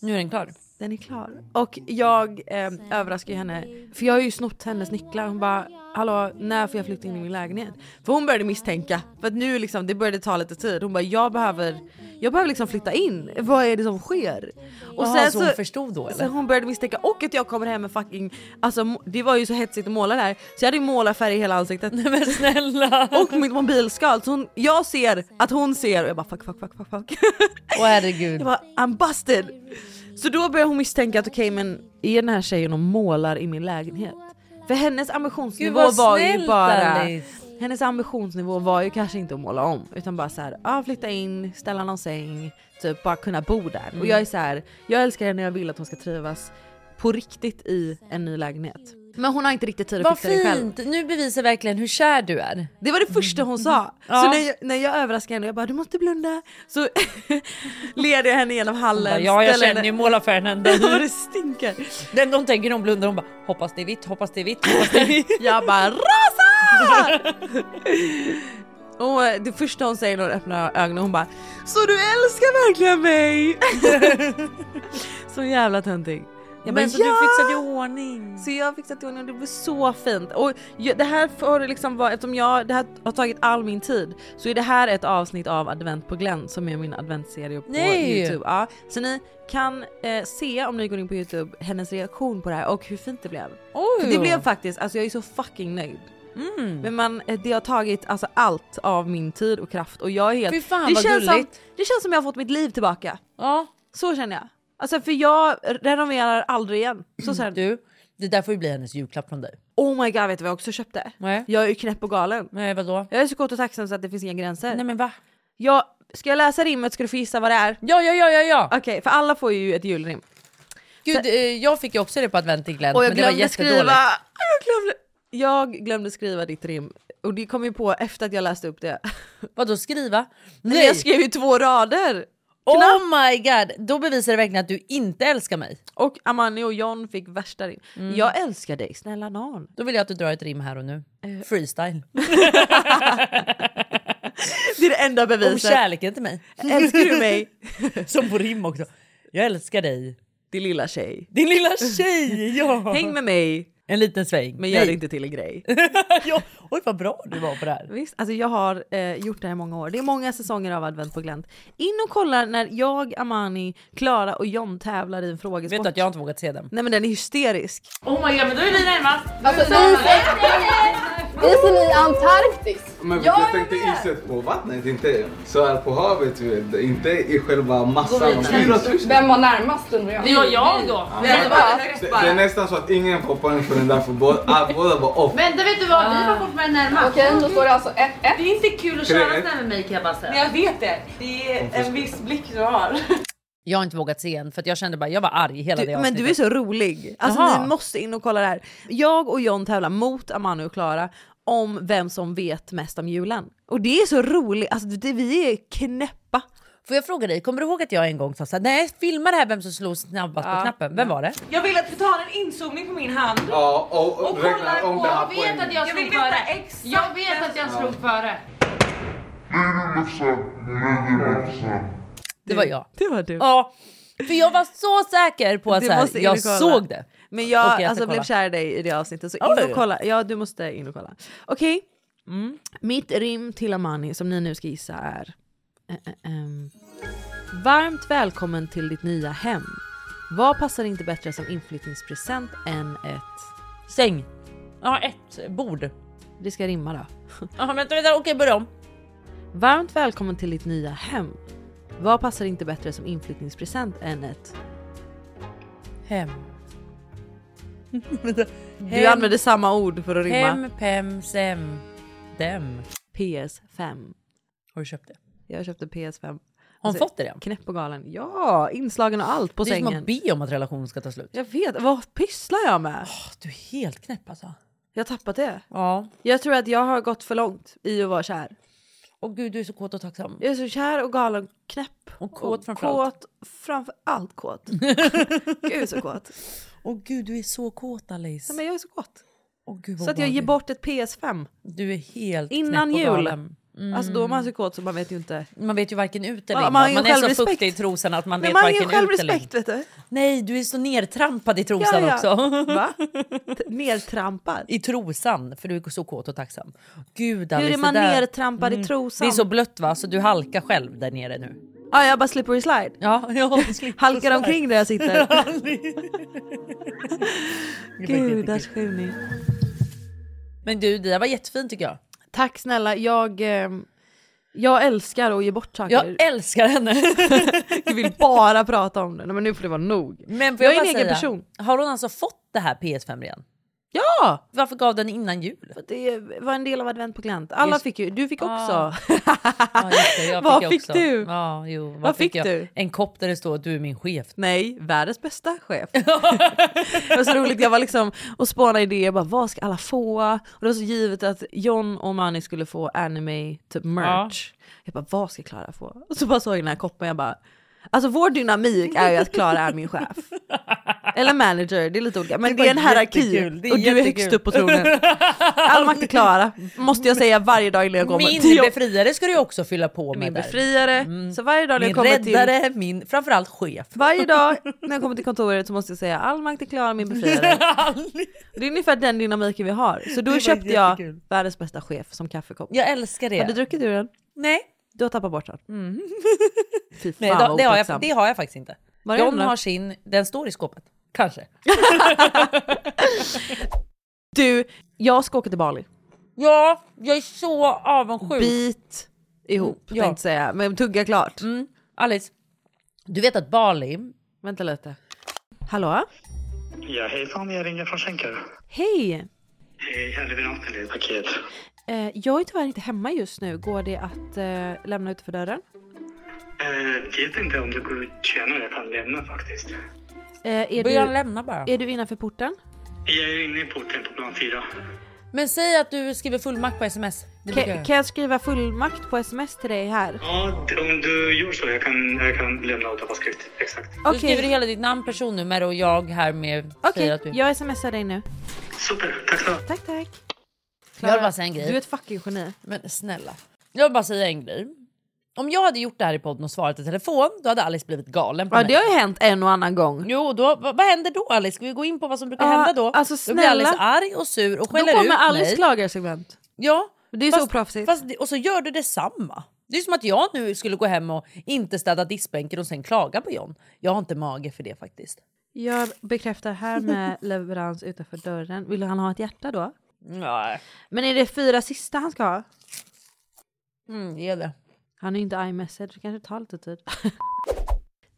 Nu är den klar. den Mm. är klar. Och jag eh, överraskar ju henne, för jag har ju snott hennes nycklar. Hon bara hallå när får jag flytta in i min lägenhet? För hon började misstänka, för att nu liksom det började ta lite tid. Hon bara jag behöver, jag behöver liksom flytta in, vad är det som sker? Och sen så, hon förstod då så eller? hon började misstänka och att jag kommer hem med fucking, alltså mo- det var ju så hetsigt att måla där så jag hade ju målarfärg i hela ansiktet. Nej men snälla! Och mitt mobilskal så hon, jag ser att hon ser och jag bara fuck fuck fuck fuck fuck. <laughs> Åh herregud. Jag bara I'm busted! Så då börjar hon misstänka att okej men är den här tjejen och målar i min lägenhet? För hennes Gud ambitionsnivå vad var snällt ju bara... Alice. Hennes ambitionsnivå var ju kanske inte att måla om utan bara såhär, ah, flytta in, ställa någon säng, typ bara kunna bo där. Och jag är så här, jag älskar henne och jag vill att hon ska trivas på riktigt i en ny lägenhet. Men hon har inte riktigt tid att Vad fixa det själv. fint! Nu bevisar verkligen hur kär du är. Det var det första hon sa. Mm. Ja. Så när jag, när jag överraskade henne, jag bara du måste blunda. Så <laughs> leder jag henne genom hallen. Bara, ja, jag ställer känner ju henne- målarfärgen <laughs> Ja, det stinker. Den, de tänker när de blundar, de bara hoppas det är vitt, hoppas det är vitt, hoppas det är <laughs> vitt. jag bara rasa! <laughs> Och eh, det första hon säger när hon öppnar ögonen hon bara Så du älskar verkligen mig! <laughs> så jävla töntig. Jag bara, "Så du fixade i ordning. Så jag fixade i ordning och det blev så fint. Och jag, det här får liksom vara, eftersom jag, det här har tagit all min tid så är det här ett avsnitt av Advent på Glenn som är min adventsserie på Nej. Youtube. Ja, så ni kan eh, se om ni går in på Youtube hennes reaktion på det här och hur fint det blev. Oj. För det blev faktiskt, alltså jag är så fucking nöjd. Mm. Men man, eh, det har tagit alltså allt av min tid och kraft och jag är helt... Fy fan, det, vad känns som, gulligt. det känns som jag har fått mitt liv tillbaka. Ja. Så känner jag. Alltså för jag renoverar aldrig igen. Så känner Du, det där får ju bli hennes julklapp från dig. Oh my god vet du vad jag också köpte? Nej. Jag är ju knäpp och galen. Nej eh, vadå? Jag är så kort och tacksam så att det finns inga gränser. Nej men va? Jag, ska jag läsa rimmet ska du få gissa vad det är? Ja ja ja ja ja! Okej för alla får ju ett julrim. Gud, eh, jag fick ju också det på advent till Glenn, Och jag men det var glömde jättedåligt. skriva... Jag glömde, jag glömde skriva ditt rim. Och det kom ju på efter att jag läste upp det. Vadå skriva? Nej. Alltså, Jag skrev ju två rader! Oh my god, då bevisar det verkligen att du inte älskar mig. Och Amani och John fick värsta rim. Jag älskar dig snälla nån. Då vill jag att du drar ett rim här och nu. Freestyle. Det är det enda beviset. Om kärleken till mig. Älskar du mig? Som på rim också. Jag älskar dig. <laughs> Din lilla tjej. Din lilla tjej, ja. Häng med mig. En liten sväng. Men gör Nej. det inte till en grej. <laughs> ja, oj vad bra du var på det här. <laughs> Visst, alltså jag har eh, gjort det här i många år. Det är många säsonger av Advent på Glänt. In och kolla när jag, Amani, Klara och John tävlar i en frågesport. Vet du att jag har inte vågat se den? Nej men den är hysterisk. Oh my god, men då är vi närmast. Alltså, Då är vi vi närmast. Isen i Antarktis. Men Ja, jag tänkte iset på vattnet, inte så här på havet, du vet. inte i själva massan. Vem var närmast undrar jag? Det var jag då. Ja. Nej, det var Det, det är nästan så att ingen får poäng för den där, för båda, ah, båda var off. Vänta, vet du vad? Vi var fortfarande närmast. Okej, då står det alltså 1-1. Det är inte kul att Tre, köra ett. sådär med mig kan jag bara säga. Nej, jag vet det. Det är en viss blick du har. Jag har inte vågat se en för att jag kände bara jag var arg hela det Du, men avsnittet. du är så rolig. Alltså Jaha. ni måste in och kolla det här. Jag och John tävlar mot Amanda och Klara om vem som vet mest om julen. Och det är så roligt, alltså det, vi är knäppa. Får jag fråga dig, kommer du ihåg att jag en gång sa såhär, nej filma det här vem som slog snabbast på Ja. knappen. Vem var det? Jag vill att vi tar en inzoomning på min hand. Ja, och, Och och räknar kollar om på- det här Jag vet att jag poängen. slog före. Jag vet att jag slog före. Det var jag. Det var du. Ja, för jag var så säker på att Du så här, måste in och jag kolla. såg det. Men jag, Okej, ska alltså, kolla. blev kär i dig i det avsnittet så in Oj. Mm. och kolla. Ja du måste in och kolla. Okej, mitt rim till Amani som ni nu ska gissa är... eh, eh, ehm. Varmt välkommen till ditt nya hem. Vad passar inte bättre som inflyttningspresent än ett... Säng. Ja, ett bord. Det ska rimma då. Jaha vänta, vänta, okej börja om. Varmt välkommen till ditt nya hem. Vad passar inte bättre som inflyttningspresent än ett... Hem. <laughs> Du använder samma ord för att rimma. Hem, pem, sem, dem. PS5. Har du köpt det? Jag köpte PS5. Har hon fått det redan? Knäpp och galen. Ja, inslagen och allt på det är som sängen. att be om att relationen ska ta slut. Jag vet, vad pysslar jag med? Du är helt knäpp alltså. Jag har tappat det. Ja. Jag tror att jag har gått för långt i att vara kär. Och gud du är så kåt och tacksam. Jag är så kär och galen, knäpp. Och kåt framförallt. Kåt, framför allt <laughs> kåt. gud så kåt. Åh gud du är så kåt Alice. Nej, men jag är så kåt. Åh, gud, vad så att jag ger obehagligt. bort ett PS5. Du är helt knäpp Innan och jul. galen. Mm. Alltså då är man så kåt så man vet ju inte. Man vet ju varken ut eller Ja, in. man har Man, man ju är så självrespekt. fuktig i trosan att man Men vet man har ju varken ut eller in. självrespekt vet du. Nej, du är så nertrampad i trosan också. <laughs> <laughs> Va? T- Nertrampad? I trosan, för du är så kåt och tacksam. Gud Alice, Hur är man det där... nertrampad i trosan? Det är så blött va, så du halkar själv där nere nu. Ja, jag bara slippery slide. Ja, <laughs> jag Halkar <laughs> omkring där jag sitter. Gudars skymning. Men du, det där var jättefint tycker jag. Tack snälla, jag, ehm, jag älskar att ge bort saker. Jag älskar <laughs> henne. Du vill bara <laughs> prata om det. Nej, men nu får det vara nog. Men får bara jag, är en egen säga, person. Har hon alltså fått det här PS5 redan? Ja! Ja! Varför gav den innan <laughs> jul? Det var en del av advent på glänt. Alla Just- fick ju, du fick också. Ja. Ja, just det, jag Vad jag fick också. du? Ja, jo, vad, Vad fick, fick jag? du? En kopp där det står du är min chef. Nej, världens bästa <laughs> chef. det var så roligt, jag var liksom och spånade idéer, bara vad ska alla få? Och det var så givet att John och Mani skulle få anime typ merch. Jag bara vad ska Klara få? Och så bara såg jag den här koppen, jag bara Alltså vår dynamik är ju att Klara är min chef. Eller manager, det är lite olika. Men Det det, var är en hierarki jättekul, det är och du är högst jättekul. upp på tronen. All makt är Klara, måste jag säga varje dag innan jag går Min till jobbet. befriare ska du ju också fylla på med Min där. befriare, så varje dag när Min jag kommer till... räddare, min framförallt chef. Varje dag när jag kommer till kontoret så måste jag säga all makt är klar min <laughs> befriare. Det är ungefär den dynamiken vi har. Så Det då var köpte jättekul. jag världens bästa chef som kaffekopp. Jag älskar det. Har du druckit ur den? Nej. Du har tappat bort den. Mm. <laughs> Fy fan Nej, vad då, det, har jag, otacksam. det har jag faktiskt inte. Var är John den då? har sin, den står i skåpet. Kanske. Du, jag ska åka till Bali. Ja, jag är så avundsjuk. Mm. Bit ihop Mm, ja. tänkte säga, men tugga klart. Mm. Alice, du vet att Bali... Vänta lite. Hallå? Ja, hejsan, jag ringer från Schenker. Hej! Hej, jag är leverant till ett paket. Eh, jag är tyvärr inte hemma just nu, går det att eh, lämna utanför dörren? Eh, vet inte om det går att tjäna jag kan lämna faktiskt. Eh, är Börja du, lämna bara. Är du innanför porten? Jag är inne i porten på plan fyra. Men säg att du skriver fullmakt på sms. Det brukar Kan, jag kan jag skriva fullmakt på sms till dig här? Ja, d- om du gör så, jag kan, jag kan lämna och ta skrift. Exakt. Du skriver hela ditt namn, personnummer och jag här med Okej, säger att du... jag smsar dig nu. Super, tack så mycket. Tack, tack. Jag vill bara säga en grej. Du är ett fucking geni. Men snälla. Jag vill bara säga en grej. Om jag hade gjort det här i podden och svarat i telefon, då hade Alice blivit galen på Ja, mig. det har ju hänt en och annan gång. Jo, då, vad, vad händer då Alice? Ska vi gå in på vad som brukar Ja, hända då? alltså, Då blir Alice snälla. arg och sur och Då skäller ut kommer Alice mig. klagarsegment. Ja, Det är ju så oproffsigt. fast det- Och så gör du detsamma. Det är som att jag nu skulle gå hem och inte städa diskbänken och sen klaga på John. Jag har inte mage för det faktiskt. Jag bekräftar här <laughs> med leverans utanför dörren. Vill han ha ett hjärta då? Nej. Men är det fyra sista han ska ha? Mm, det är det. Han är ju inte iMessage, det kanske tar lite tid. <laughs>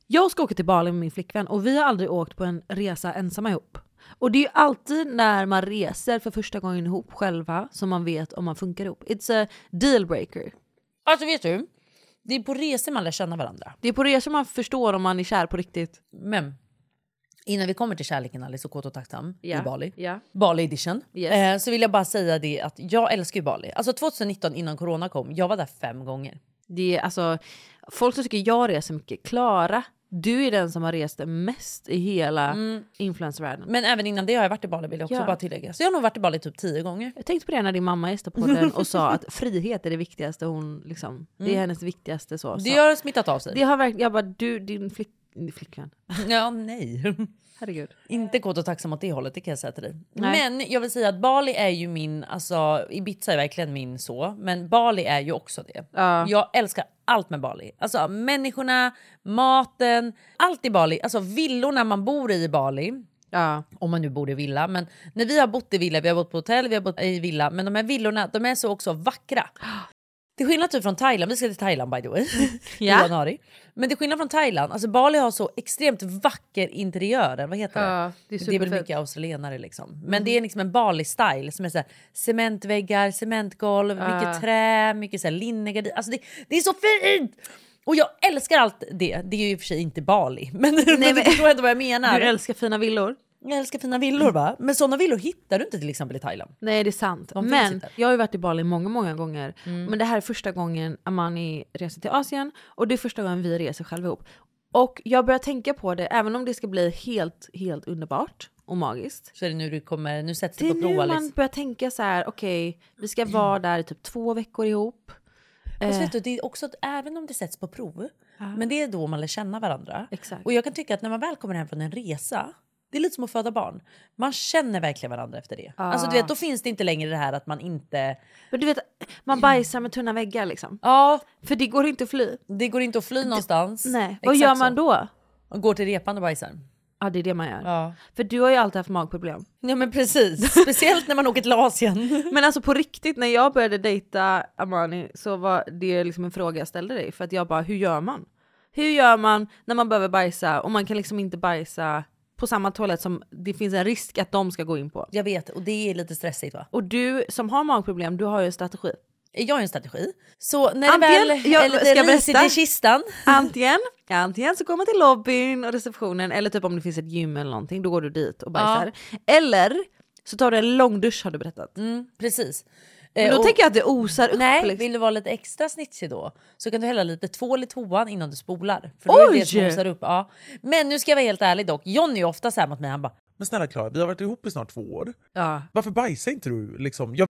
Jag ska åka till Bali med min flickvän och vi har aldrig åkt på en resa ensamma ihop. Och det är ju alltid när man reser för första gången ihop själva som man vet om man funkar ihop. It's a dealbreaker. Alltså vet du, det är på resor man lär känna varandra. Det är på resor man förstår om man är kär på riktigt. Men innan vi kommer till kärleken Alice och Kåt och tacksam Ja, i Bali, ja. Bali edition, Yes. eh, så vill jag bara säga det att jag älskar ju Bali. Alltså 2019 innan corona kom, jag var där fem gånger. Det är alltså, folk som tycker jag reser mycket, Klara, du är den som har rest mest i hela Mm. influencervärlden. Men även innan det har jag varit i Bali vill jag också Ja. bara tillägga. Så jag har nog varit i Bali typ tio gånger. Jag tänkte på det när din mamma gästade podden och sa att frihet är det viktigaste hon liksom, det Mm. är hennes viktigaste så. Det så. har smittat av sig. Det har verkligen, jag bara du, din flick, din flickvän. Ja, nej. <laughs> Herregud. Inte kåt och tacksam åt det hållet, det kan jag säga till dig. Nej. Men jag vill säga att Bali är ju min, alltså Ibiza är verkligen min så, men Bali är ju också det. Ja. Jag älskar allt med Bali. Alltså människorna, maten, allt i Bali. Alltså villorna man bor i i Bali. Om man nu bor i villa. Men när vi har bott i villa, vi har bott på hotell, vi har bott i villa. Men de här villorna, de är så också vackra. Till skillnad typ från Thailand, vi ska till Thailand by the <laughs> way. Ja. I januari. Men till skillnad från Thailand, alltså Bali har så extremt vacker interiörer. Vad heter Ja, det är Mm. det är väl superfett. mycket australienare liksom. Men det är liksom en Bali-style som är så här, cementväggar, cementgolv, Ja. mycket trä, mycket så här linnegardiner. Alltså det, det är så fint! Och jag älskar allt det. Det är ju i och för sig inte Bali, <laughs> men, Nej, men du förstår ändå vad jag menar. Du älskar fina villor. Jag älskar fina villor va? Men sådana villor hittar du inte till exempel i Thailand. Nej det är sant. De finns men Mm. inte. jag har ju varit i Bali många, många gånger. Men det här är första gången Amani reser till Asien och det är första gången vi reser själva ihop. Och jag börjar tänka på det, även om det ska bli helt, helt underbart och magiskt. Så är det nu du kommer, nu sätts Det det är på liksom. prov nu Alice. man börjar tänka så här, okej, vi <clears throat> ska vara där i typ två veckor ihop. Och så Eh, vet du, det är också att även om det sätts på prov, men det är då man lär känna varandra. Exakt. Och jag kan tycka att när man väl kommer hem från en resa, det är lite som att föda barn. Man känner verkligen varandra efter det. Alltså du vet, då finns det inte längre det här att man inte... Men du vet, man bajsar med tunna väggar liksom. Ja, För det går inte att fly. det går inte att fly någonstans. Nej, vad gör man då? då? Går till repan och bajsar. Ja, det är det man gör. Ja. För du har ju alltid haft magproblem. Ja men precis, speciellt när man åker till <laughs> Asien. Men alltså på riktigt, när jag började dejta Amani så var det liksom en fråga jag ställde dig. För att jag bara, hur gör man? Hur gör man när man behöver bajsa och man kan liksom inte bajsa på samma toalett som det finns en risk att de ska gå in på. Jag vet och det är lite stressigt va? Och du som har magproblem, du har ju en strategi. Eh, Jag har ju en strategi. Så när Antingen, det väl jag, är lite risigt i kistan. Antingen, antingen så går man till lobbyn och receptionen eller typ om det finns ett gym eller någonting, då går du dit och bajsar. Eller så tar du en lång dusch har du berättat. Mm, precis. Men då Eh, och- tänker jag att det osar upp. Nej, liksom. vill du vara lite extra snitsig då så kan du hälla lite tvål i toan innan du spolar. För då är det Oj! det som osar upp. Ja. Men nu ska jag vara helt ärlig dock, Johnny är ofta så här mot mig, han bara Men snälla Klara, vi har varit ihop i snart två år. Ja. Varför bajsar inte du? Liksom, jag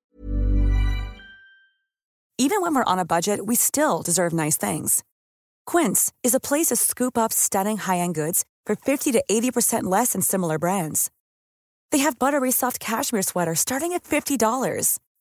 Even when we're on a budget, we still deserve nice things. Quince is a place to scoop up stunning high-end goods for 50 to 80% less than similar brands. They have buttery soft cashmere sweaters starting at $50,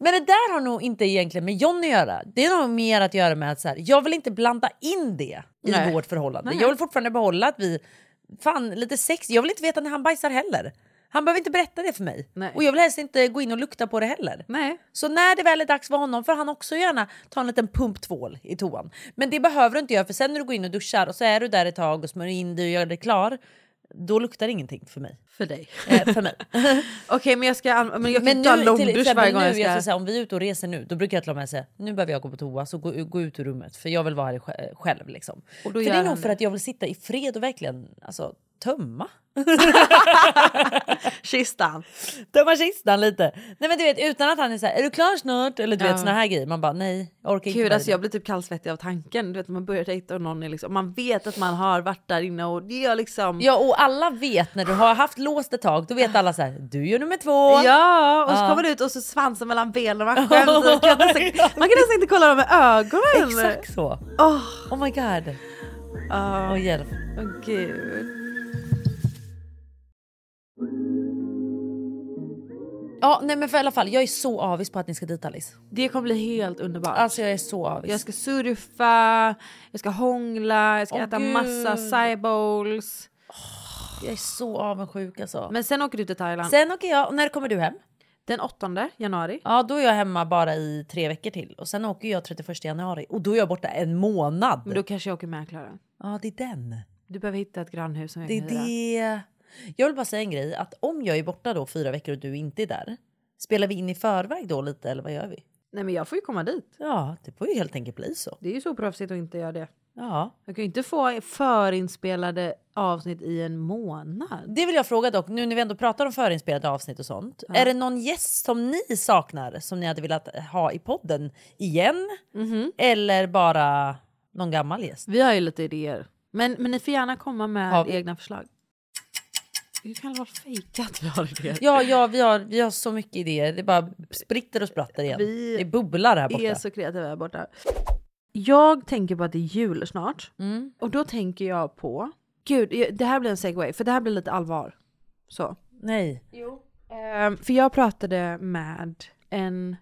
Men det där har nog inte egentligen med Johnny att göra. Det har nog mer att göra med att så här, jag vill inte blanda in det i Nej. vårt förhållande. Nej. Jag vill fortfarande behålla att vi, fan lite sex, jag vill inte veta när han bajsar heller. Han behöver inte berätta det för mig. Och jag vill helst inte gå in och lukta på det heller. Så när det väl är dags för honom får han också gärna ta en liten pumptvål i toan. Men det behöver du inte göra för sen när du går in och duschar och så är du där ett tag och smörjer in dig och gör dig klar. Då luktar det ingenting för mig. För dig. Eh, för mig. <laughs> Okej men jag ska an- men jag kan inte nu, ta en lång till dusch exempel varje gång nu, jag ska. säga, om vi är ute och reser nu, då brukar jag till och med säga nu behöver jag gå på toa, så gå, gå ut ur rummet för jag vill vara här sj- själv. Liksom. Och då för det gör är han nog för det. att jag vill sitta i fred och verkligen alltså, tömma. <laughs> kistan. Tömma kistan lite. Nej men du vet utan att han är så här, är du klar snart? Eller du Ja. vet såna här grejer. Man bara nej, jag orkar inte. Gud, med alltså det. jag blir typ kallsvettig av tanken. Du vet när man börjar dejta och någon är liksom, man vet att man har varit där inne och det är liksom... Ja och alla vet när du har haft låst ett tag, då vet alla så här, du gör nummer två. <laughs> Ja, och så Ja. kommer du ut och så svansen mellan benen och <laughs> man skäms. Man kan nästan- man kan nästan inte kolla dem med ögonen. <laughs> Exakt så. Åh, Ah. Oh my god. Åh Åh, hjälp. Åh gud. Ja, nej men för i alla fall, jag är så avis på att ni ska dit Alice. Det kommer bli helt underbart. Alltså jag är så avis. Jag ska surfa, jag ska hångla, jag ska Åh, äta gud. massa acai bowls. Jag är så avundsjuk alltså. Men sen åker du till Thailand. Sen åker jag, och när kommer du hem? Den 8 januari. Ja, då är jag hemma bara i tre veckor till och sen åker jag 31 januari och då är jag borta en månad. Men då kanske jag åker med Klara. Ja, det är den. Du behöver hitta ett grannhus som jag Det är kan hyra. det. Jag vill bara säga en grej att om jag är borta då fyra veckor och du inte är där, spelar vi in i förväg då lite eller vad gör vi? Nej men jag får ju komma dit. Ja, det får ju helt enkelt bli så. Det är ju så proffsigt att inte göra det. Ja. Jag kan ju inte få förinspelade avsnitt i en månad. Det vill jag fråga dock, nu när vi ändå pratar om förinspelade avsnitt och sånt. Är det någon gäst som ni saknar som ni hade velat ha i podden igen? Mhm. Eller bara någon gammal gäst? Vi har ju lite idéer. Men, men ni får gärna komma Har med vi? egna förslag. Det kan vara fejkat vi har idéer. Ja, ja vi, har, vi har så mycket idéer. Det bara spritter och sprattlar igen. Vi det bubblar här Vi är borta. så kreativa här borta. Jag tänker på att det är jul snart. Och då tänker jag på... Gud, jag- det här blir en segway. För det här blir lite allvar. Så. Nej. Jo. Ehm, för jag pratade med en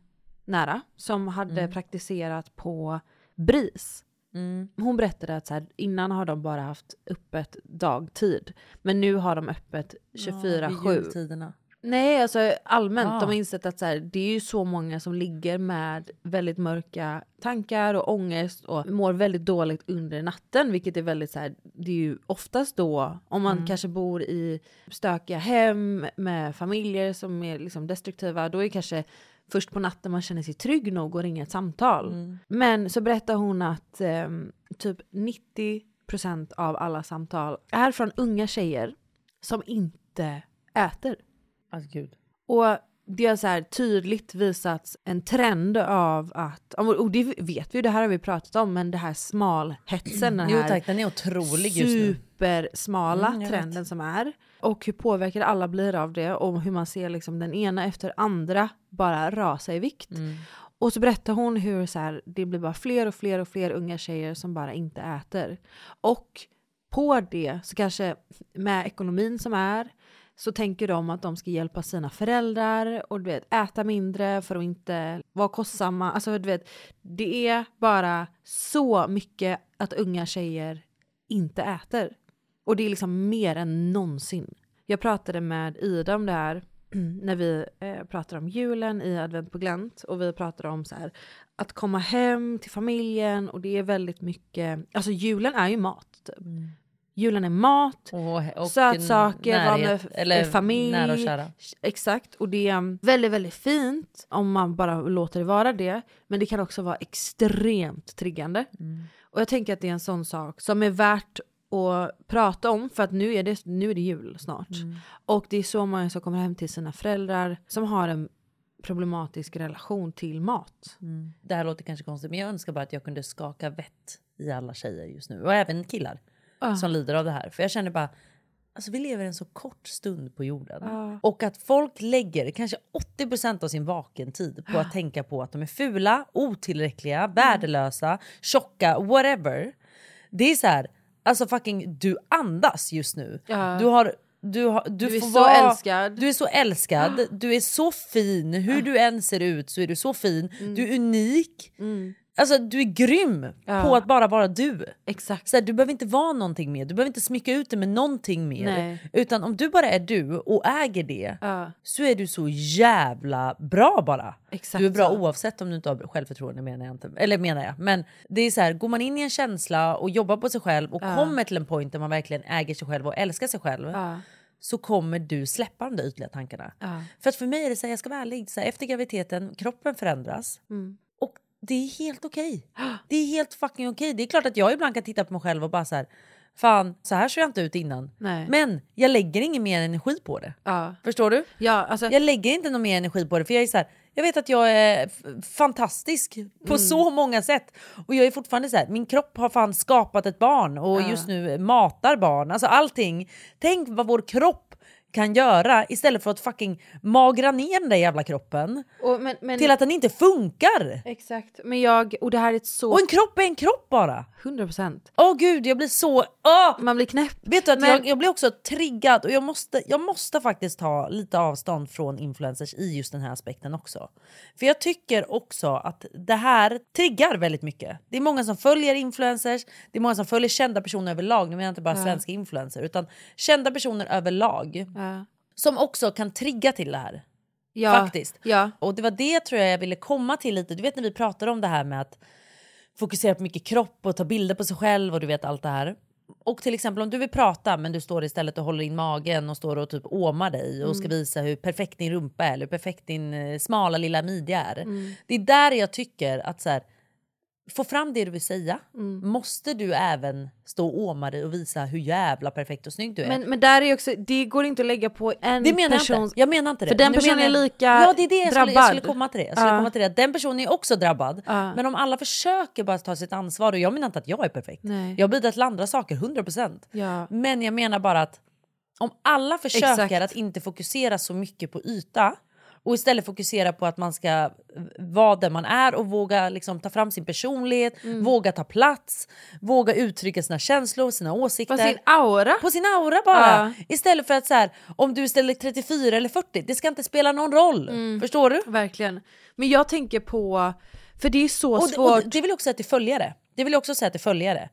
nära som hade Mm. praktiserat på BRIS. Mm. Hon berättade att så här, innan har de bara haft öppet dagtid. Men nu har de öppet 24-7. vid jultiderna. Nej, alltså allmänt. Ah. De har insett att så här, det är ju så många som ligger med väldigt mörka tankar och ångest och mår väldigt dåligt under natten, vilket är väldigt så här, det är ju oftast då om man Mm. kanske bor i stökiga hem med familjer som är liksom destruktiva, då är det kanske först på natten man känner sig trygg nog att ringa ett samtal. Mm. Men så berättar hon att ehm, typ 90% av alla samtal är från unga tjejer som inte äter. Alltså, gud. Och det har så här tydligt visats en trend av att, och det vet vi ju, det här har vi pratat om, men det här smalhetsen, den Jo, här tack, den är otrolig just nu. supersmala Mm, jag vet. trenden som är. Och hur påverkade alla blir av det och hur man ser liksom den ena efter andra bara rasa i vikt. Mm. Och så berättar hon hur så här, det blir bara fler och fler och fler unga tjejer som bara inte äter. Och på det så kanske med ekonomin som är, så tänker de att de ska hjälpa sina föräldrar och du vet, äta mindre för att inte vara kostsamma. Alltså, du vet, det är bara så mycket att unga tjejer inte äter. Och det är liksom mer än någonsin. Jag pratade med Ida om det här <clears throat> när vi eh, pratade om julen i advent på glänt och vi pratade om så här att komma hem till familjen och det är väldigt mycket, alltså julen är ju mat. Typ. Julen är mat, och sötsaker, vara med närhet, f- eller familj. nära och kära. Exakt, och det är väldigt, väldigt fint om man bara låter det vara det. Men det kan också vara extremt triggande. Mm. Och jag tänker att det är en sån sak som är värt att prata om för att nu är det, nu är det jul snart. Mm. Och det är så många som kommer hem till sina föräldrar som har en problematisk relation till mat. Det här låter kanske konstigt men jag önskar bara att jag kunde skaka vett i alla tjejer just nu. Och även killar Ja. som lider av det här. För jag känner bara, alltså vi lever en så kort stund på jorden. Ja. Och att folk lägger kanske 80% av sin vakentid på att tänka på att de är fula, otillräckliga, värdelösa, tjocka, whatever. Det är så här, alltså fucking du andas just nu. Ja. Du har du, har, du, Du är får så vara, älskad. Du är så älskad, du är så fin. Hur du än ser ut så är du så fin. Mm. Du är unik. Alltså du är grym Ja. på att bara vara du. Exakt. Så här, du behöver inte vara någonting mer, du behöver inte smycka ut det med någonting mer. Nej. Utan om du bara är du och äger det Ja. så är du så jävla bra bara. Exakt du är bra så. oavsett om du inte har självförtroende menar jag inte. Eller menar jag. Men det är så här, går man in i en känsla och jobbar på sig själv och Ja. kommer till en point där man verkligen äger sig själv och älskar sig själv Ja. så kommer du släppa de där ytliga tankarna. Ja. För att för mig är det så här, jag ska vara ärlig, så här, efter graviditeten, kroppen förändras. Mm. Och det är helt <gasps> okej. Det är helt fucking okej. Det är klart att jag ibland kan titta på mig själv och bara så här, fan så här såg jag inte ut innan. Nej. Men jag lägger ingen mer energi på det. Ja. Förstår du? Ja, alltså, Jag lägger inte någon mer energi på det för jag är så här, jag vet att jag är f- fantastisk på Mm. så många sätt. Och jag är fortfarande så här, min kropp har fan skapat ett barn och Ja. just nu matar barn. Alltså allting. Tänk vad vår kropp kan göra istället för att fucking magra ner den där jävla kroppen. och, men, men, Till att den inte funkar! Exakt, men jag, och det här är ett så... Och en kropp är en kropp bara! 100%. Åh gud, jag blir så... Åh! Man blir knäpp. Vet du att Men- jag, jag blir också triggad och jag måste, jag måste faktiskt ta lite avstånd från influencers i just den här aspekten också. För jag tycker också att det här triggar väldigt mycket. Det är många som följer influencers, det är många som följer kända personer överlag. Nu menar jag inte bara Ja. svenska influencers utan kända personer överlag. Ja. Som också kan trigga till det här. Ja, Faktiskt. Eh. ja. Och det var det tror jag jag ville komma till lite. Du vet när vi pratade om det här med att fokusera på mycket kropp och ta bilder på sig själv och du vet allt det här. Och till exempel om du vill prata men du står istället och håller in magen och står och typ åmar dig och ska Mm. visa hur perfekt din rumpa är eller hur perfekt din eh, smala lilla midja är. Mm. Det är där jag tycker att så här, få fram det du vill säga. Mm. Måste du även stå och åma dig och visa hur jävla perfekt och snygg du är? Men, men där är ju också, det går inte att lägga på en Det menar jag persons... inte. Jag menar inte det. Mm, För den Nu personen menar jag- är lika Ja det är det jag skulle, jag skulle drabbad. komma till det. Jag skulle Ja. komma till det. Den personen är också drabbad. Ja. Men om alla försöker bara ta sitt ansvar och jag menar inte att jag är perfekt. Nej. Jag bidrar till andra saker 100%. Ja. Men jag menar bara att om alla försöker Exakt. att inte fokusera så mycket på yta och istället fokusera på att man ska vara där man är och våga liksom ta fram sin personlighet, Mm. våga ta plats, våga uttrycka sina känslor, sina åsikter. På sin aura. På sin aura bara. Ja. Istället för att så här, om du ställer 34 eller 40, det ska inte spela någon roll. Mm. Förstår du? Verkligen. Men jag tänker på, för det är så Och, det- svårt. och det vill jag också säga till följare. Det vill jag också säga till följare.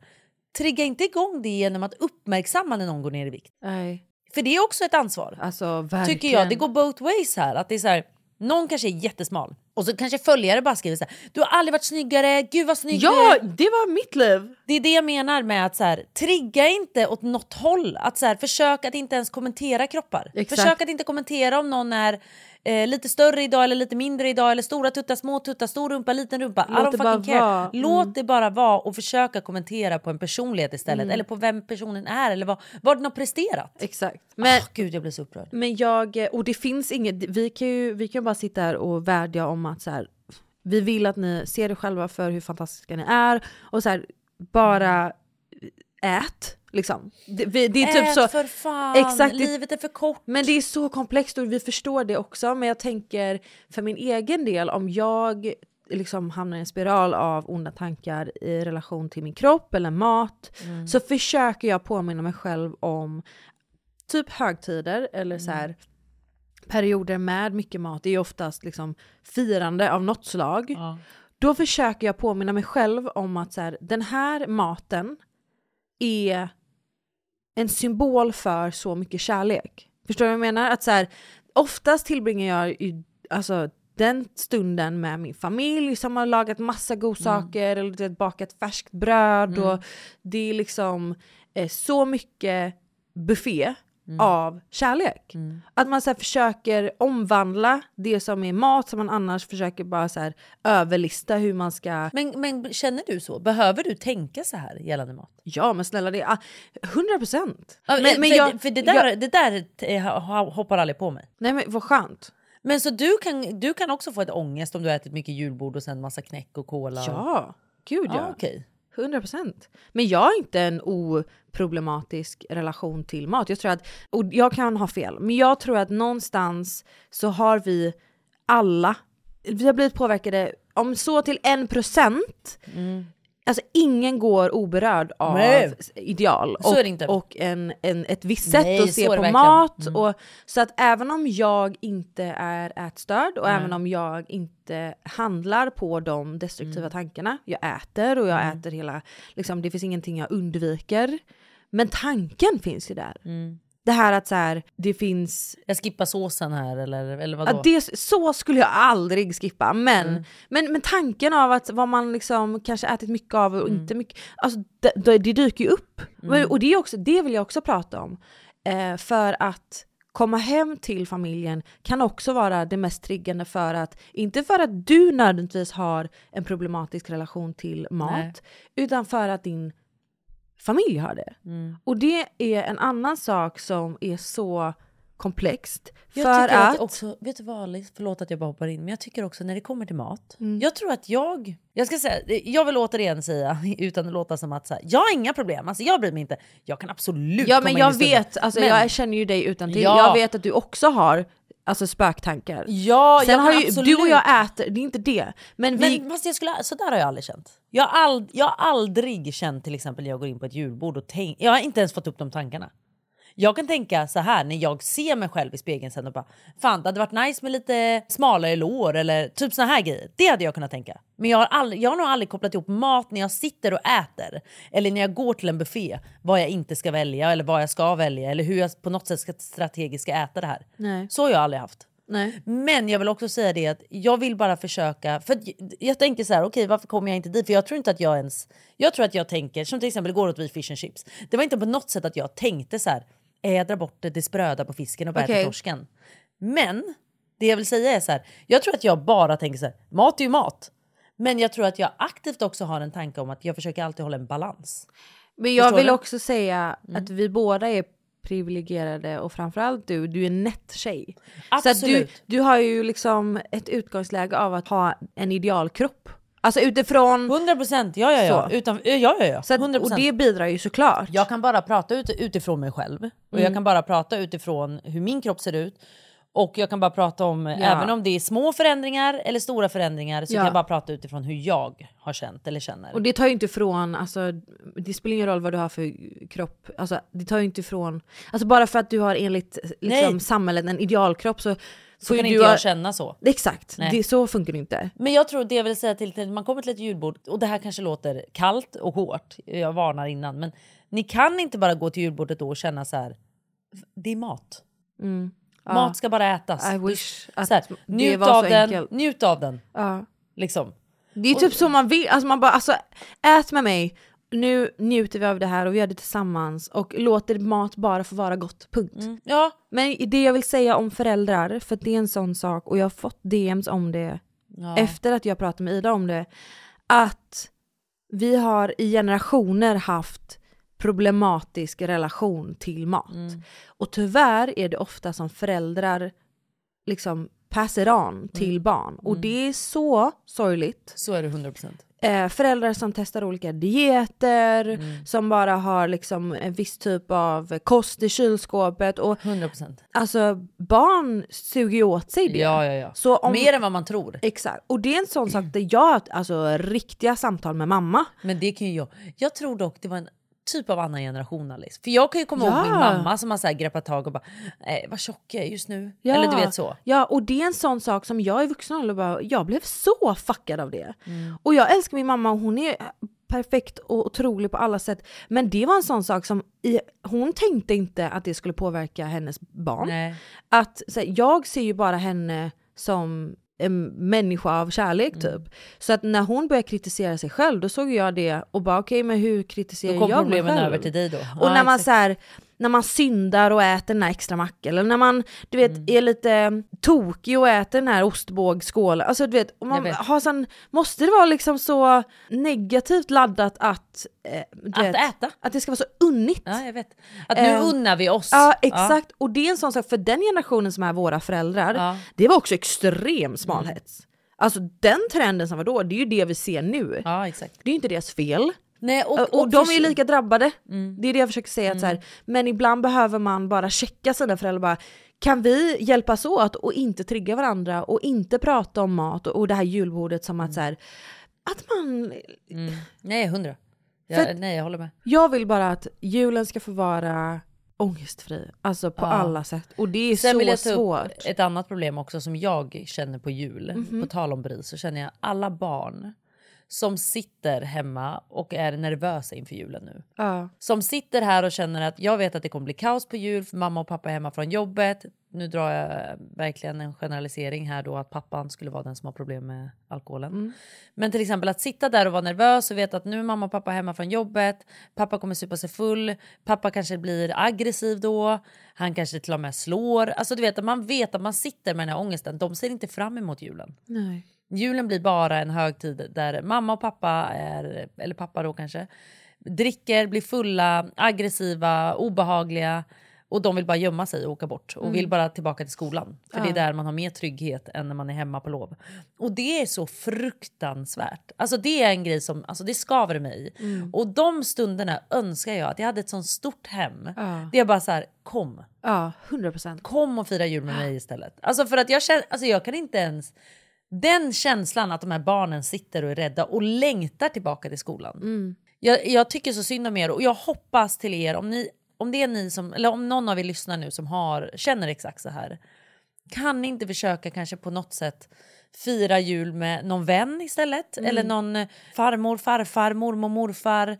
Trigga inte igång det genom att uppmärksamma när någon går ner i vikt. Nej. För det är också ett ansvar. Alltså verkligen. Tycker jag. Det går both ways här. Att det är så här någon kanske är jättesmal och så kanske följare bara skriver så här. Du har aldrig varit snyggare, gud vad snygg du Ja, är." det var mitt liv. Det är det jag menar med att så här, trigga inte åt något håll. Att så här, försök att inte ens kommentera kroppar. Exakt. Försök att inte kommentera om någon är eh, lite större idag eller lite mindre idag eller stora tuttar, små tuttar, stor rumpa, liten rumpa. Låt I don't det bara fucking care. vara. Mm. Låt det bara vara och försöka kommentera på en personlighet istället Mm. eller på vem personen är eller vad, vad den har presterat. Exakt. Men, Gud jag blir så upprörd. Men jag, eh, och det finns inget, vi kan ju vi kan bara sitta här och vädja om att så här, vi vill att ni ser er själva för hur fantastiska ni är och så här, bara ät. Liksom. Det, vi, det är typ Ät så, för fan, Exakt, det- livet är för kort. Men det är så komplext och vi förstår det också. Men jag tänker för min egen del om jag liksom hamnar i en spiral av onda tankar i relation till min kropp eller mat så försöker jag påminna mig själv om typ högtider eller så här perioder med mycket mat, det är ju oftast liksom firande av något slag. Då försöker jag påminna mig själv om att så här, den här maten är en symbol för så mycket kärlek. Förstår du vad jag menar? Att så här, oftast tillbringar jag ju, alltså, den stunden med min familj som har lagat massa Mm. godsaker eller du vet, bakat färskt bröd Mm. och det är liksom eh, så mycket buffé Mm. av kärlek. Att man så här, försöker omvandla det som är mat som man annars försöker bara så här, överlista hur man ska... Men, men känner du så? Behöver du tänka så här gällande mat? Ja men snälla det är 100 procent. Ja, Men- men, men för, jag- för det där, jag- det där eh, ha- ha- hoppar aldrig på mig. Nej men vad skönt. Men så du kan, du kan också få ett ångest om du har ätit mycket julbord och sen massa knäck och cola? och- Ja, gud ja. Ah, okej. 100 procent. Men jag har inte en oproblematisk relation till mat. Jag tror att, och jag kan ha fel, men jag tror att någonstans så har vi alla, vi har blivit påverkade, om så till en procent, alltså ingen går oberörd av Mm. Nej. ideal Så och, är det inte. och en, en, ett visst sätt Nej, att så se är det på verkligen. mat. Mm. Och, så att även om jag inte är ätstörd och Nej. även om jag inte handlar på de destruktiva Mm. tankarna, jag äter och jag äter hela, liksom, det finns ingenting jag undviker. Men tanken finns ju där. Mm. Det här att så här, det finns... Jag skippar såsen här eller, eller vadå? Mm. Ja, det, så skulle jag aldrig skippa. Men, men, men tanken av att vad man liksom kanske ätit mycket av Mm. och inte mycket, alltså det, det, det dyker ju upp. Och, och det, är också, det vill jag också prata om. Eh, för att komma hem till familjen kan också vara det mest triggande för att, inte för att du nödvändigtvis har en problematisk relation till mat, Nej. utan för att din familj har det. Mm. Och det är en annan sak som är så komplext. Jag för tycker att, att... också, vet du vad Alice, förlåt att jag bara hoppar in, men jag tycker också när det kommer till mat. Mm. Jag tror att jag, jag ska säga, jag vill återigen säga utan att låta som att så här, jag har inga problem, alltså jag bryr mig inte. Jag kan absolut Ja komma men in i jag stunden. vet, alltså, Men- jag känner ju dig utan till. Ja. Jag vet att du också har alltså, spöktankar. Ja, Sen jag har kan ju, absolut- du och jag äter, det är inte det. Men, vi, Men fast jag skulle, sådär har jag aldrig känt. Jag har, ald, jag har aldrig känt till exempel när jag går in på ett julbord och tänk, jag har inte ens fått upp de tankarna. Jag kan tänka så här när jag ser mig själv i spegeln sen och bara fan det hade varit nice med lite smalare lår eller typ såna här grejer. Det hade jag kunnat tänka. Men jag har, aldrig, jag har nog aldrig kopplat ihop mat när jag sitter och äter eller när jag går till en buffé vad jag inte ska välja eller vad jag ska välja eller hur jag på något sätt ska strategiskt ska äta det här. Nej. Så har jag aldrig haft. Nej. Men jag vill också säga det att jag vill bara försöka. För att jag tänker så här, okej varför kommer jag inte dit? För jag tror inte att jag ens... Jag tror att jag tänker, som till exempel igår åt vi fish and chips. Det var inte på något sätt att jag tänkte så här, "Eh, jag drar bort det, det spröda på fisken och bara Okej. äter torsken. Men det jag vill säga är så här, jag tror att jag bara tänker så här, mat är ju mat. Men jag tror att jag aktivt också har en tanke om att jag försöker alltid hålla en balans. men jag Förstår vill du? Mm. också säga att vi båda är privilegierade och framförallt du, du är en nätt tjej. Så att du, Absolut. du har ju liksom ett utgångsläge av att ha en idealkropp. Alltså utifrån... 100% ja ja ja. Så. Utan, ja, ja, ja. Så att, och 100%. det bidrar ju såklart. Jag kan bara prata ut, utifrån mig själv och Mm. jag kan bara prata utifrån hur min kropp ser ut. Och jag kan bara prata om, även om det är små förändringar eller stora förändringar, så Ja. kan jag bara prata utifrån hur jag har känt eller känner. Och det tar ju inte ifrån, alltså, det spelar ingen roll vad du har för kropp, alltså, det tar ju inte ifrån, alltså bara för att du har enligt liksom, Nej. samhället en idealkropp så så får ju kan du inte jag ha- känna så. Exakt, Nej. det, så funkar det inte. Men jag tror det jag vill säga till, till man kommer till ett julbord, och det här kanske låter kallt och hårt, jag varnar innan, men ni kan inte bara gå till julbordet då och känna så här, det är mat. Mm. Ja. Mat ska bara ätas. I Du- wish att så här, det njut, var av så den, enkelt. njut av den, Ja. liksom. Det är typ så man vill, alltså man bara alltså ät med mig, nu njuter vi av det här och vi gör det tillsammans och låter mat bara få vara gott, punkt. Ja. Men det jag vill säga om föräldrar, för att det är en sån sak och jag har fått DMs om det Ja. efter att jag pratade med Ida om det, att vi har i generationer haft problematisk relation till mat. Och tyvärr är det ofta som föräldrar liksom passer on till barn. Och det är så sorgligt. Så är det 100%. Eh, föräldrar som testar olika dieter, som bara har liksom en viss typ av kost i kylskåpet. Och 100%. Alltså barn suger ju åt sig det. Ja, ja, ja. Så om, Mer än vad man tror. Exakt. Och det är en sån sak där jag har haft, alltså, riktiga samtal med mamma. Men det kan ju jag. Jag tror dock det var en typ av annan generation Alice. För jag kan ju komma Ja. ihåg min mamma som har så här greppat tag och bara, eh, vad tjock jag är just nu. Ja. Eller du vet så. Ja, och det är en sån sak som jag i vuxen ålder bara, jag blev så fuckad av det. Och jag älskar min mamma, och hon är perfekt och otrolig på alla sätt. Men det var en sån sak som, i, hon tänkte inte att det skulle påverka hennes barn. Att, så här, jag ser ju bara henne som en människa av kärlek Mm. typ. Så att när hon började kritisera sig själv då såg jag det och bara okej men hur kritiserar Då jag mig kom själv? problemen över till dig då. Och Ja, när man exakt. så här, när man syndar och äter den här extra mackan eller när man du vet, Mm. är lite tokig och äter den här ostbågsskålen. Alltså du vet, om man Jag vet. Har sån, måste det vara liksom så negativt laddat att, eh, du Att vet, äta. att det ska vara så unnigt? Ja, jag vet. Att nu Eh, unnar vi oss. Ja exakt, och det är en sån sak för den generationen som är våra föräldrar, det var också extrem Mm. smalhets. Alltså den trenden som var då, det är ju det vi ser nu. Ja, exakt. Det är ju inte deras fel. Nej, och, Och, och Mm. de förs- är ju lika drabbade. Det är det jag försöker säga. Att så här, men ibland behöver man bara checka sina föräldrar. Bara, kan vi hjälpas åt och inte trigga varandra och inte prata om mat och, och det här julbordet Mm. som att så här, att man... Nej, hundra. För Ja, att- nej, jag håller med. Jag vill bara att julen ska få vara ångestfri. Alltså på Ja. alla sätt. Och det är Sen så vill jag ta upp svårt. ett annat problem också som jag känner på jul. Mhm. På tal om bris så känner jag alla barn som sitter hemma och är nervösa inför julen nu. Ja. Som sitter här och känner att jag vet att det kommer bli kaos på jul för mamma och pappa är hemma från jobbet. Nu drar jag verkligen en generalisering här då att pappan skulle vara den som har problem med alkoholen. Men till exempel att sitta där och vara nervös och veta att nu är mamma och pappa hemma från jobbet. Pappa kommer supa sig full. Pappa kanske blir aggressiv då. Han kanske till och med slår. Alltså du vet att man vet att man sitter med den här ångesten. De ser inte fram emot julen. Nej. Julen blir bara en högtid där mamma och pappa, är, eller pappa då kanske, dricker, blir fulla, aggressiva, obehagliga och de vill bara gömma sig och åka bort och Mm. vill bara tillbaka till skolan. För det Ja. är där man har mer trygghet än när man är hemma på lov. Och det är så fruktansvärt. Alltså det är en grej som, alltså det skaver mig i. Mm. Och de stunderna önskar jag att jag hade ett sånt stort hem. Ja. Det är bara så här, kom. Ja, 100%. Kom och fira jul med mig istället. Alltså för att jag känner, alltså jag kan inte ens... Den känslan att de här barnen sitter och är rädda och längtar tillbaka till skolan. Mm. Jag, jag tycker så synd om er och jag hoppas till er om ni, om det är ni som, eller om någon av er lyssnar nu som har, känner exakt så här. Kan ni inte försöka kanske på något sätt fira jul med någon vän istället? Mm. Eller någon eh, farmor, farfar, mormor, morfar.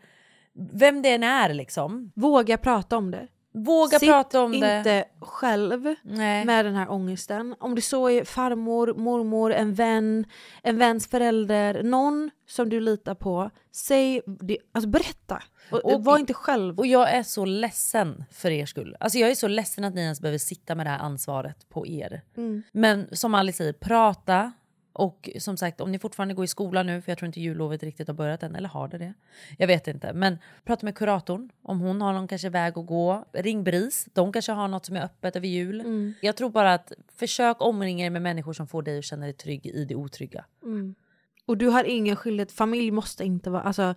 Vem det än är liksom. Våga prata om det. Våga Sitt prata om det. inte själv med den här ångesten. Om det så är farmor, mormor, en vän, en väns förälder, någon som du litar på. Säg det, alltså berätta. Och, och var inte själv. Och jag är så ledsen för er skull. Alltså jag är så ledsen att ni ens behöver sitta med det här ansvaret på er. Mm. Men som Alice säger, prata. Och som sagt, om ni fortfarande går i skolan nu, för jag tror inte jullovet riktigt har börjat än, eller har det det? Jag vet inte. Men prata med kuratorn, om hon har någon kanske väg att gå. Ring BRIS, de kanske har något som är öppet över jul. Mm. Jag tror bara att försök omringa er med människor som får dig att känna dig trygg i det otrygga. Mm. Och du har ingen skyldighet, familj måste inte vara, alltså m-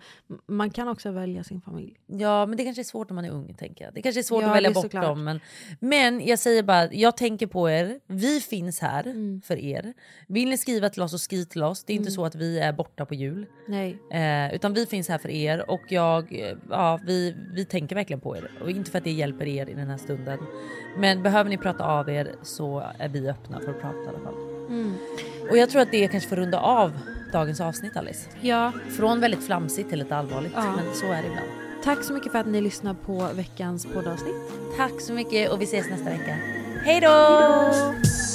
man kan också välja sin familj. Ja, men det kanske är svårt när man är ung. tänker jag. Det kanske är svårt Ja, att välja det är bort såklart. dem. Men, men jag säger bara, att jag tänker på er. Vi finns här för er. Vill ni skriva till oss så skriv till oss. Det är inte Mm. så att vi är borta på jul. Nej. Eh, utan vi finns här för er och jag, eh, ja, vi, vi tänker verkligen på er. Och inte för att det hjälper er i den här stunden. Men behöver ni prata av er så är vi öppna för att prata i alla fall. Mm. Och jag tror att det kanske får runda av dagens avsnitt Alice. Ja. Från väldigt flamsigt till lite allvarligt. Ja. Men så är det ibland. Tack så mycket för att ni lyssnar på veckans poddavsnitt. Tack så mycket och vi ses nästa vecka. Hej då!